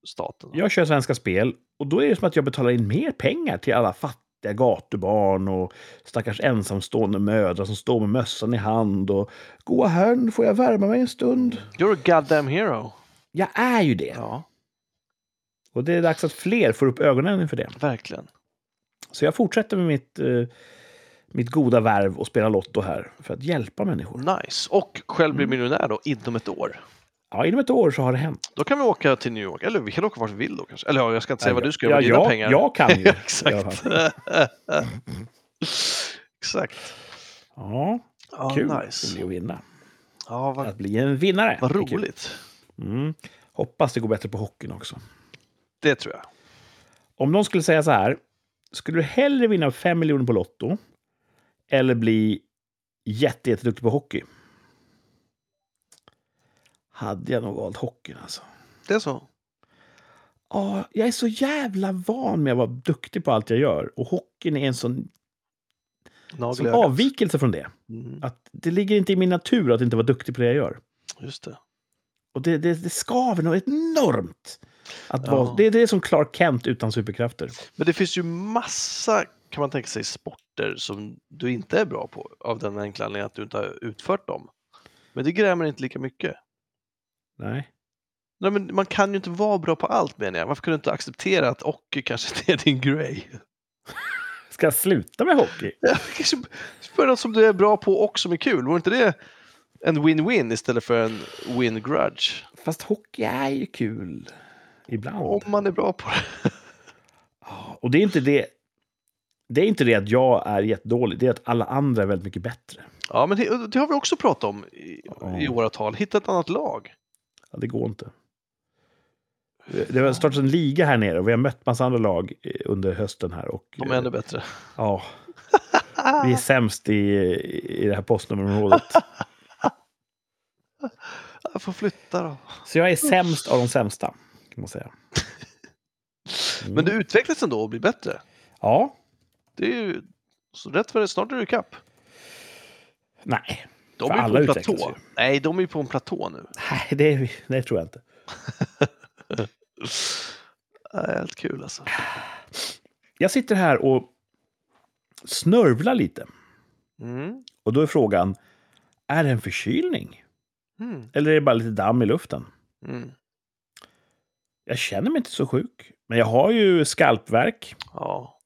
staten? va? Jag kör Svenska Spel och då är det som att jag betalar in mer pengar till alla fattiga gatubarn och stackars ensamstående mödrar som står med mössan i hand och Goa hörn, får jag värma mig en stund? You're a goddamn hero. Jag är ju det. Ja, Och det är dags att fler får upp ögonen inför det. verkligen. Så jag fortsätter med mitt, eh, mitt goda värv och spela Lotto här för att hjälpa människor. Nice. Och själv Mm. blir miljonär då inom ett år. Ja, inom ett år så har det hänt. Då kan vi åka till New York. Eller vi kan åka vart vi vill då kanske. Eller ja, jag ska inte säga vad du ska göra ja, med dina jag, pengar. Jag kan ju. Ja, Exakt. Ja. Exakt. Ja, Ja, kul Ah, nice. det blir att vinna. Ja, vad, Att bli en vinnare. vad Det är kul. roligt. Mm. Hoppas det går bättre på hockeyn också. Det tror jag. Om någon skulle säga så här, skulle du hellre vinna 5 miljoner på Lotto eller bli jätte, jätteduktig på hockey? Hade jag nog valt hockeyn alltså. Det är så. Ja, jag är så jävla van med att vara duktig på allt jag gör och hockeyn är en sån, Nagel sån i ögat. avvikelse från det. Mm, Att det ligger inte i min natur att inte vara duktig på det jag gör. just det. Och det, det, det skaver nog enormt. Att Ja. vara, det, det är som Clark Kent utan superkrafter. Men det finns ju massa, kan man tänka sig, sporter som du inte är bra på av den enkla anledningen att du inte har utfört dem. Men det grämer inte lika mycket. Nej. Nej, men man kan ju inte vara bra på allt menar jag. Varför kunde du inte acceptera att hockey kanske inte är din grej? Ska jag sluta med hockey? Ja, kanske För något som du är bra på och som är kul, vore inte det en win-win istället för en win-grudge? Fast hockey är ju kul. Ibland. Om man är bra på det. Ja, Och det är inte det. Det är inte det att jag är jättedålig, det är att alla andra är väldigt mycket bättre. Ja, men det, det har vi också pratat om i, i åratal. Hitta ett annat lag. Ja, det går inte. Det har startats en liga här nere och vi har mött massa andra lag eh, under hösten här. Och, De är ännu bättre. Ja. Vi är sämst i, i det här postnummerområdet. Jag får flytta då. Så jag är sämst av de sämsta, kan man säga. Mm. Men du utvecklas ändå och blir bättre. Ja. Det är ju så rätt för det, snart är du ikapp. Nej. De För är på alla en utvecklas platå. Nej, de är ju på en platå nu. Nej, det, det tror jag inte. Det är helt kul alltså. Jag sitter här och snörvlar lite. Mm. Och då är frågan, är det en förkylning? Mm. Eller är det bara lite damm i luften? Mm. Jag känner mig inte så sjuk, men jag har ju skalpvärk. Ja.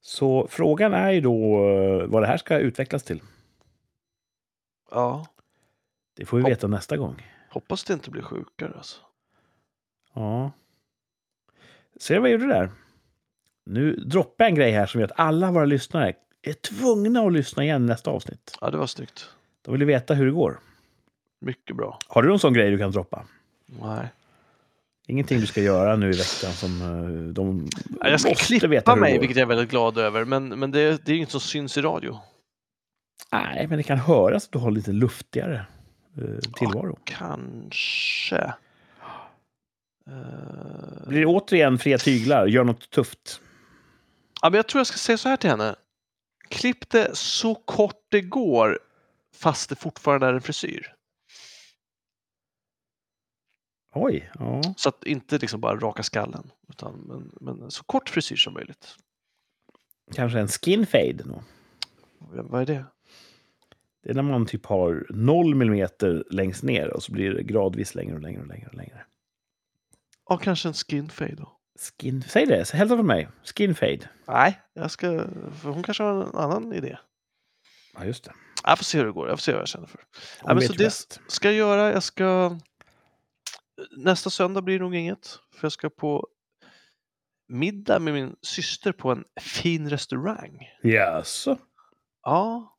Så frågan är ju då eh, vad det här ska utvecklas till. ja. Det får vi veta nästa gång. Hoppas det inte blir sjukare alltså. Ja. Ser du vad jag gjorde där? Nu droppar jag en grej här som gör att alla våra lyssnare är tvungna att lyssna igen nästa avsnitt. Ja, det var snyggt. De vill ju veta hur det går. Mycket bra. Har du någon sån grej du kan droppa? Nej. Ingenting du ska göra nu i veckan som eh, de Ja, Jag ska måste veta klippa hur det mig, går. vilket jag är väldigt glad över. Men, men det, det är inget som syns i radio. Nej, men det kan höras att du har lite luftigare eh, tillvaro. Kanske. Eh, Blir det återigen fria tyglar? Gör något tufft. Ja, men jag tror jag ska säga så här till henne. Klipp det så kort det går fast det fortfarande är en frisyr. Oj, ja. Så att inte liksom bara raka skallen, utan men, men så kort frisyr som möjligt. Kanske en skin fade. Nog. V- Vad är det? Det är när man typ har 0 millimeter längst ner och så blir det gradvis längre och längre och längre. Och längre. Ja, kanske en skin fade då. Skin, säg det, så hälsa från mig. Skin fade. Nej, jag ska, för hon kanske har en annan idé. Ja, just det. Jag får se hur det går, jag får se vad jag känner för. Hon Ja, men vet så ju det bäst. ska jag göra, jag ska... Nästa söndag blir det nog inget, för jag ska på middag med min syster på en fin restaurang. Jaså? Ja,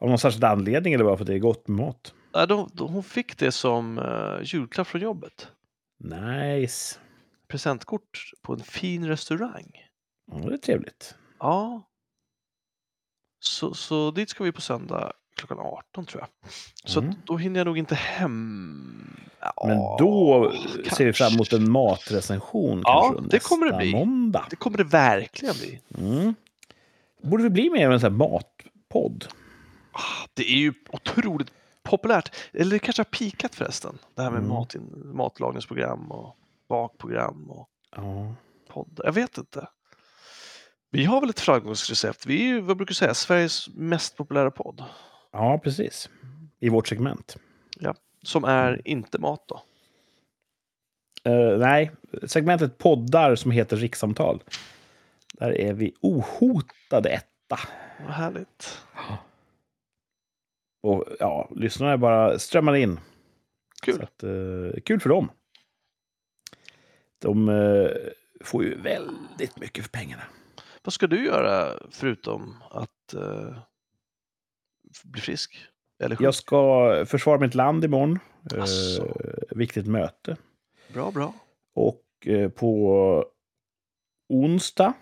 Av någon särskild anledning eller bara för att det är gott med mat? Ja, de, de, hon fick det som eh, julklapp från jobbet. Nice. Presentkort på en fin restaurang. Ja, det är trevligt. Ja. Så, så dit ska vi på söndag klockan 18 tror jag. Så att Mm. då hinner jag nog inte hem. Ja, Men då ser vi kanske. fram emot en matrecension. Ja, kanske, det kommer det nästa bli. måndag. Det kommer det verkligen bli. Mm. Borde vi bli med i en sån här matpodd? Ah, Det är ju otroligt populärt. Eller det kanske har pikat förresten. Det här med Mm. mat, matlagningsprogram och bakprogram och Ja. podd. Jag vet inte. Vi har väl ett framgångsrecept. Vi är ju, vad brukar jag säga, Sveriges mest populära podd. ja, precis. I vårt segment. Som Mm. är inte mat då. Eh, nej, segmentet poddar som heter Rikssamtal. Där är vi ohotade etta. Vad härligt. Och ja, lyssnarna bara strömmar in. Så Kul. att, eh, kul för dem. De eh, får ju väldigt mycket för pengarna. Vad ska du göra förutom att eh, f- bli frisk? Eller sjuk? Jag ska försvara mitt land imorgon. Asså. Eh, viktigt möte. Bra, bra. Och eh, på onsdag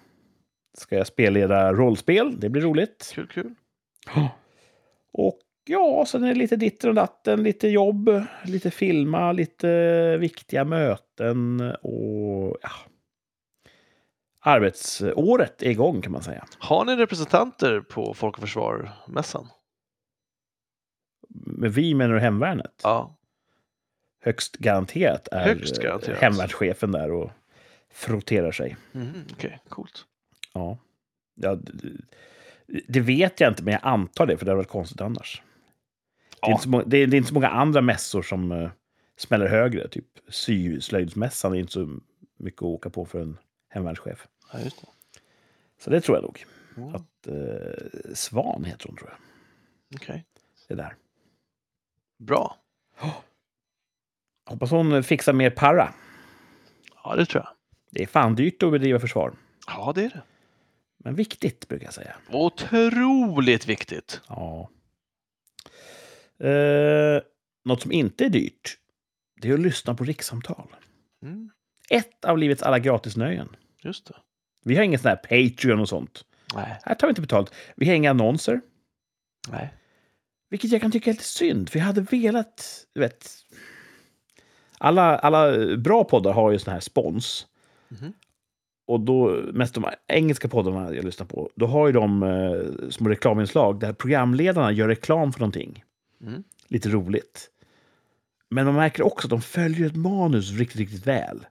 ska jag spelleda rollspel. Det blir roligt. Kul, kul. Och ja, sen är det lite ditten och datten, lite jobb, lite filma, lite viktiga möten och ja. Arbetsåret är igång kan man säga. Har ni representanter på Folk och Försvar-mässan? Men vi menar hemvärnet. Ja. Högst garanterat är Högst garanterat. eh, hemvärnschefen där och frotterar sig. Mhm, Okej, coolt. Ja. ja. d- d- Det vet jag inte, men jag antar det, för det hade varit konstigt annars. Det, är Ja. inte så många, det, är, det är inte så många andra mässor som eh, smäller högre. Typ syslöjdsmässan är inte så mycket att åka på för en hemvärnschef. Ja, just det. Så det tror jag nog. Mm, Okej. Att, eh, Svan heter hon, tror jag. Det är där. Bra. Hoppas hon fixar mer para. Ja, det tror jag. Det är fan dyrt att bedriva försvar. Ja, det är det. Men viktigt, brukar jag säga. Otroligt viktigt. Ja. Eh, något som inte är dyrt, det är att lyssna på rikssamtal. Mm, Ett av livets alla gratisnöjen. just det. Vi har ingen sån här Patreon och sånt. Nej, Här tar vi inte betalt. Vi har inga annonser, nej. vilket jag kan tycka är lite synd, för jag hade velat... Du vet, alla, alla bra poddar har ju sån här spons. Mhm. Och då, mest de engelska poddarna jag lyssnar på, då har ju de eh, små reklaminslag där programledarna gör reklam för någonting. Mm. Lite roligt. Men man märker också att de följer ett manus riktigt, riktigt väl.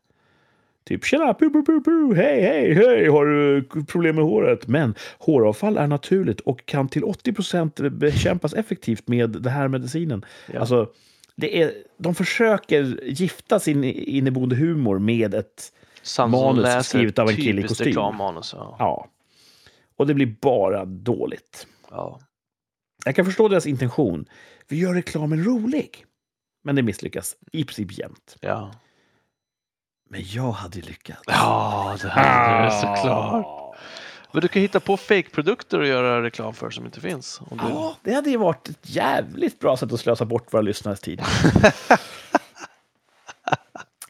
Typ tjena, pu, pu, pu, pu, hej, hej, hej, har du problem med håret? Men håravfall är naturligt och kan till 80 bekämpas effektivt med den här medicinen. Ja. Alltså, det är, de försöker gifta sin inneboende humor med ett... Samson Manus läser skrivet av en kille i typiskt kostym. reklammanus, Ja. Ja. Och det blir bara dåligt. Ja. Jag kan förstå deras intention. Vi gör reklamen rolig. Men det misslyckas i princip jämt. Ja, Men jag hade ju lyckats. ja det här är såklart. Ah. Men du kan hitta på fake-produkter och göra reklam för som inte finns. Om du... Ja, det hade ju varit ett jävligt bra sätt att slösa bort våra lyssnares tid.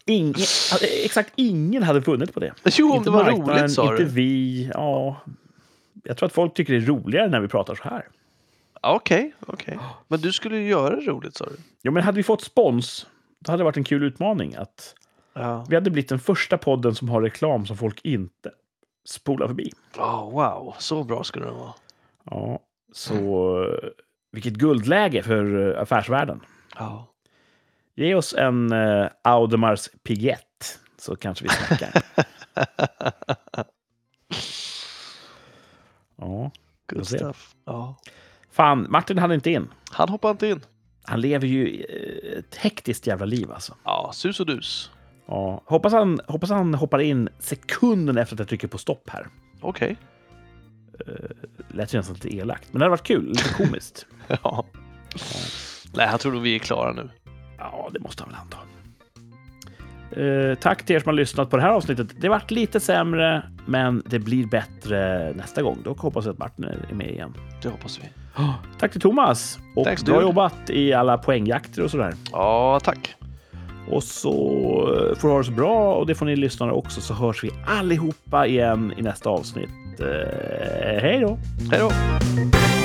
Ingen, exakt ingen hade vunnit på det. Jo, om det var roligt sa inte du. vi. Ja, jag tror att folk tycker det är roligare när vi pratar så här. Ja, Ah, Okej, okej. Men du skulle ju göra det roligt sa du. Jo, men hade vi fått spons, då hade det varit en kul utmaning. Att Ja. vi hade blivit den första podden som har reklam som folk inte spolar förbi. Oh, wow, så bra skulle det vara. Ja, så Mm. eh, vilket guldläge för eh, affärsvärlden. Ja. Ge oss en eh, Audemars Piguet så kanske vi snackar. ja. Good ser. stuff. Ja. Fan, Martin hann inte in. Han hoppar inte in. Han lever ju eh, ett hektiskt jävla liv alltså. Ja, sus och dus. Ja. Hoppas, han, hoppas han hoppar in sekunden efter att jag trycker på stopp här. Okej. Lät ju nästan lite elakt, men det hade varit kul. Lite komiskt. Ja. Nej, han tror nog vi är klara nu. Ja, det måste han väl anta. Eh, tack till er som har lyssnat på det här avsnittet. Det vart lite sämre, men det blir bättre nästa gång. Då hoppas jag att Martin är med igen. Det hoppas vi. Tack till Thomas och Tack, bra dude. jobbat i alla poängjakter och sådär. Ja, tack. Och så eh, får du ha det så bra och det får ni lyssnare också så hörs vi Mm. allihopa igen i nästa avsnitt. Eh, hej då! Hej då.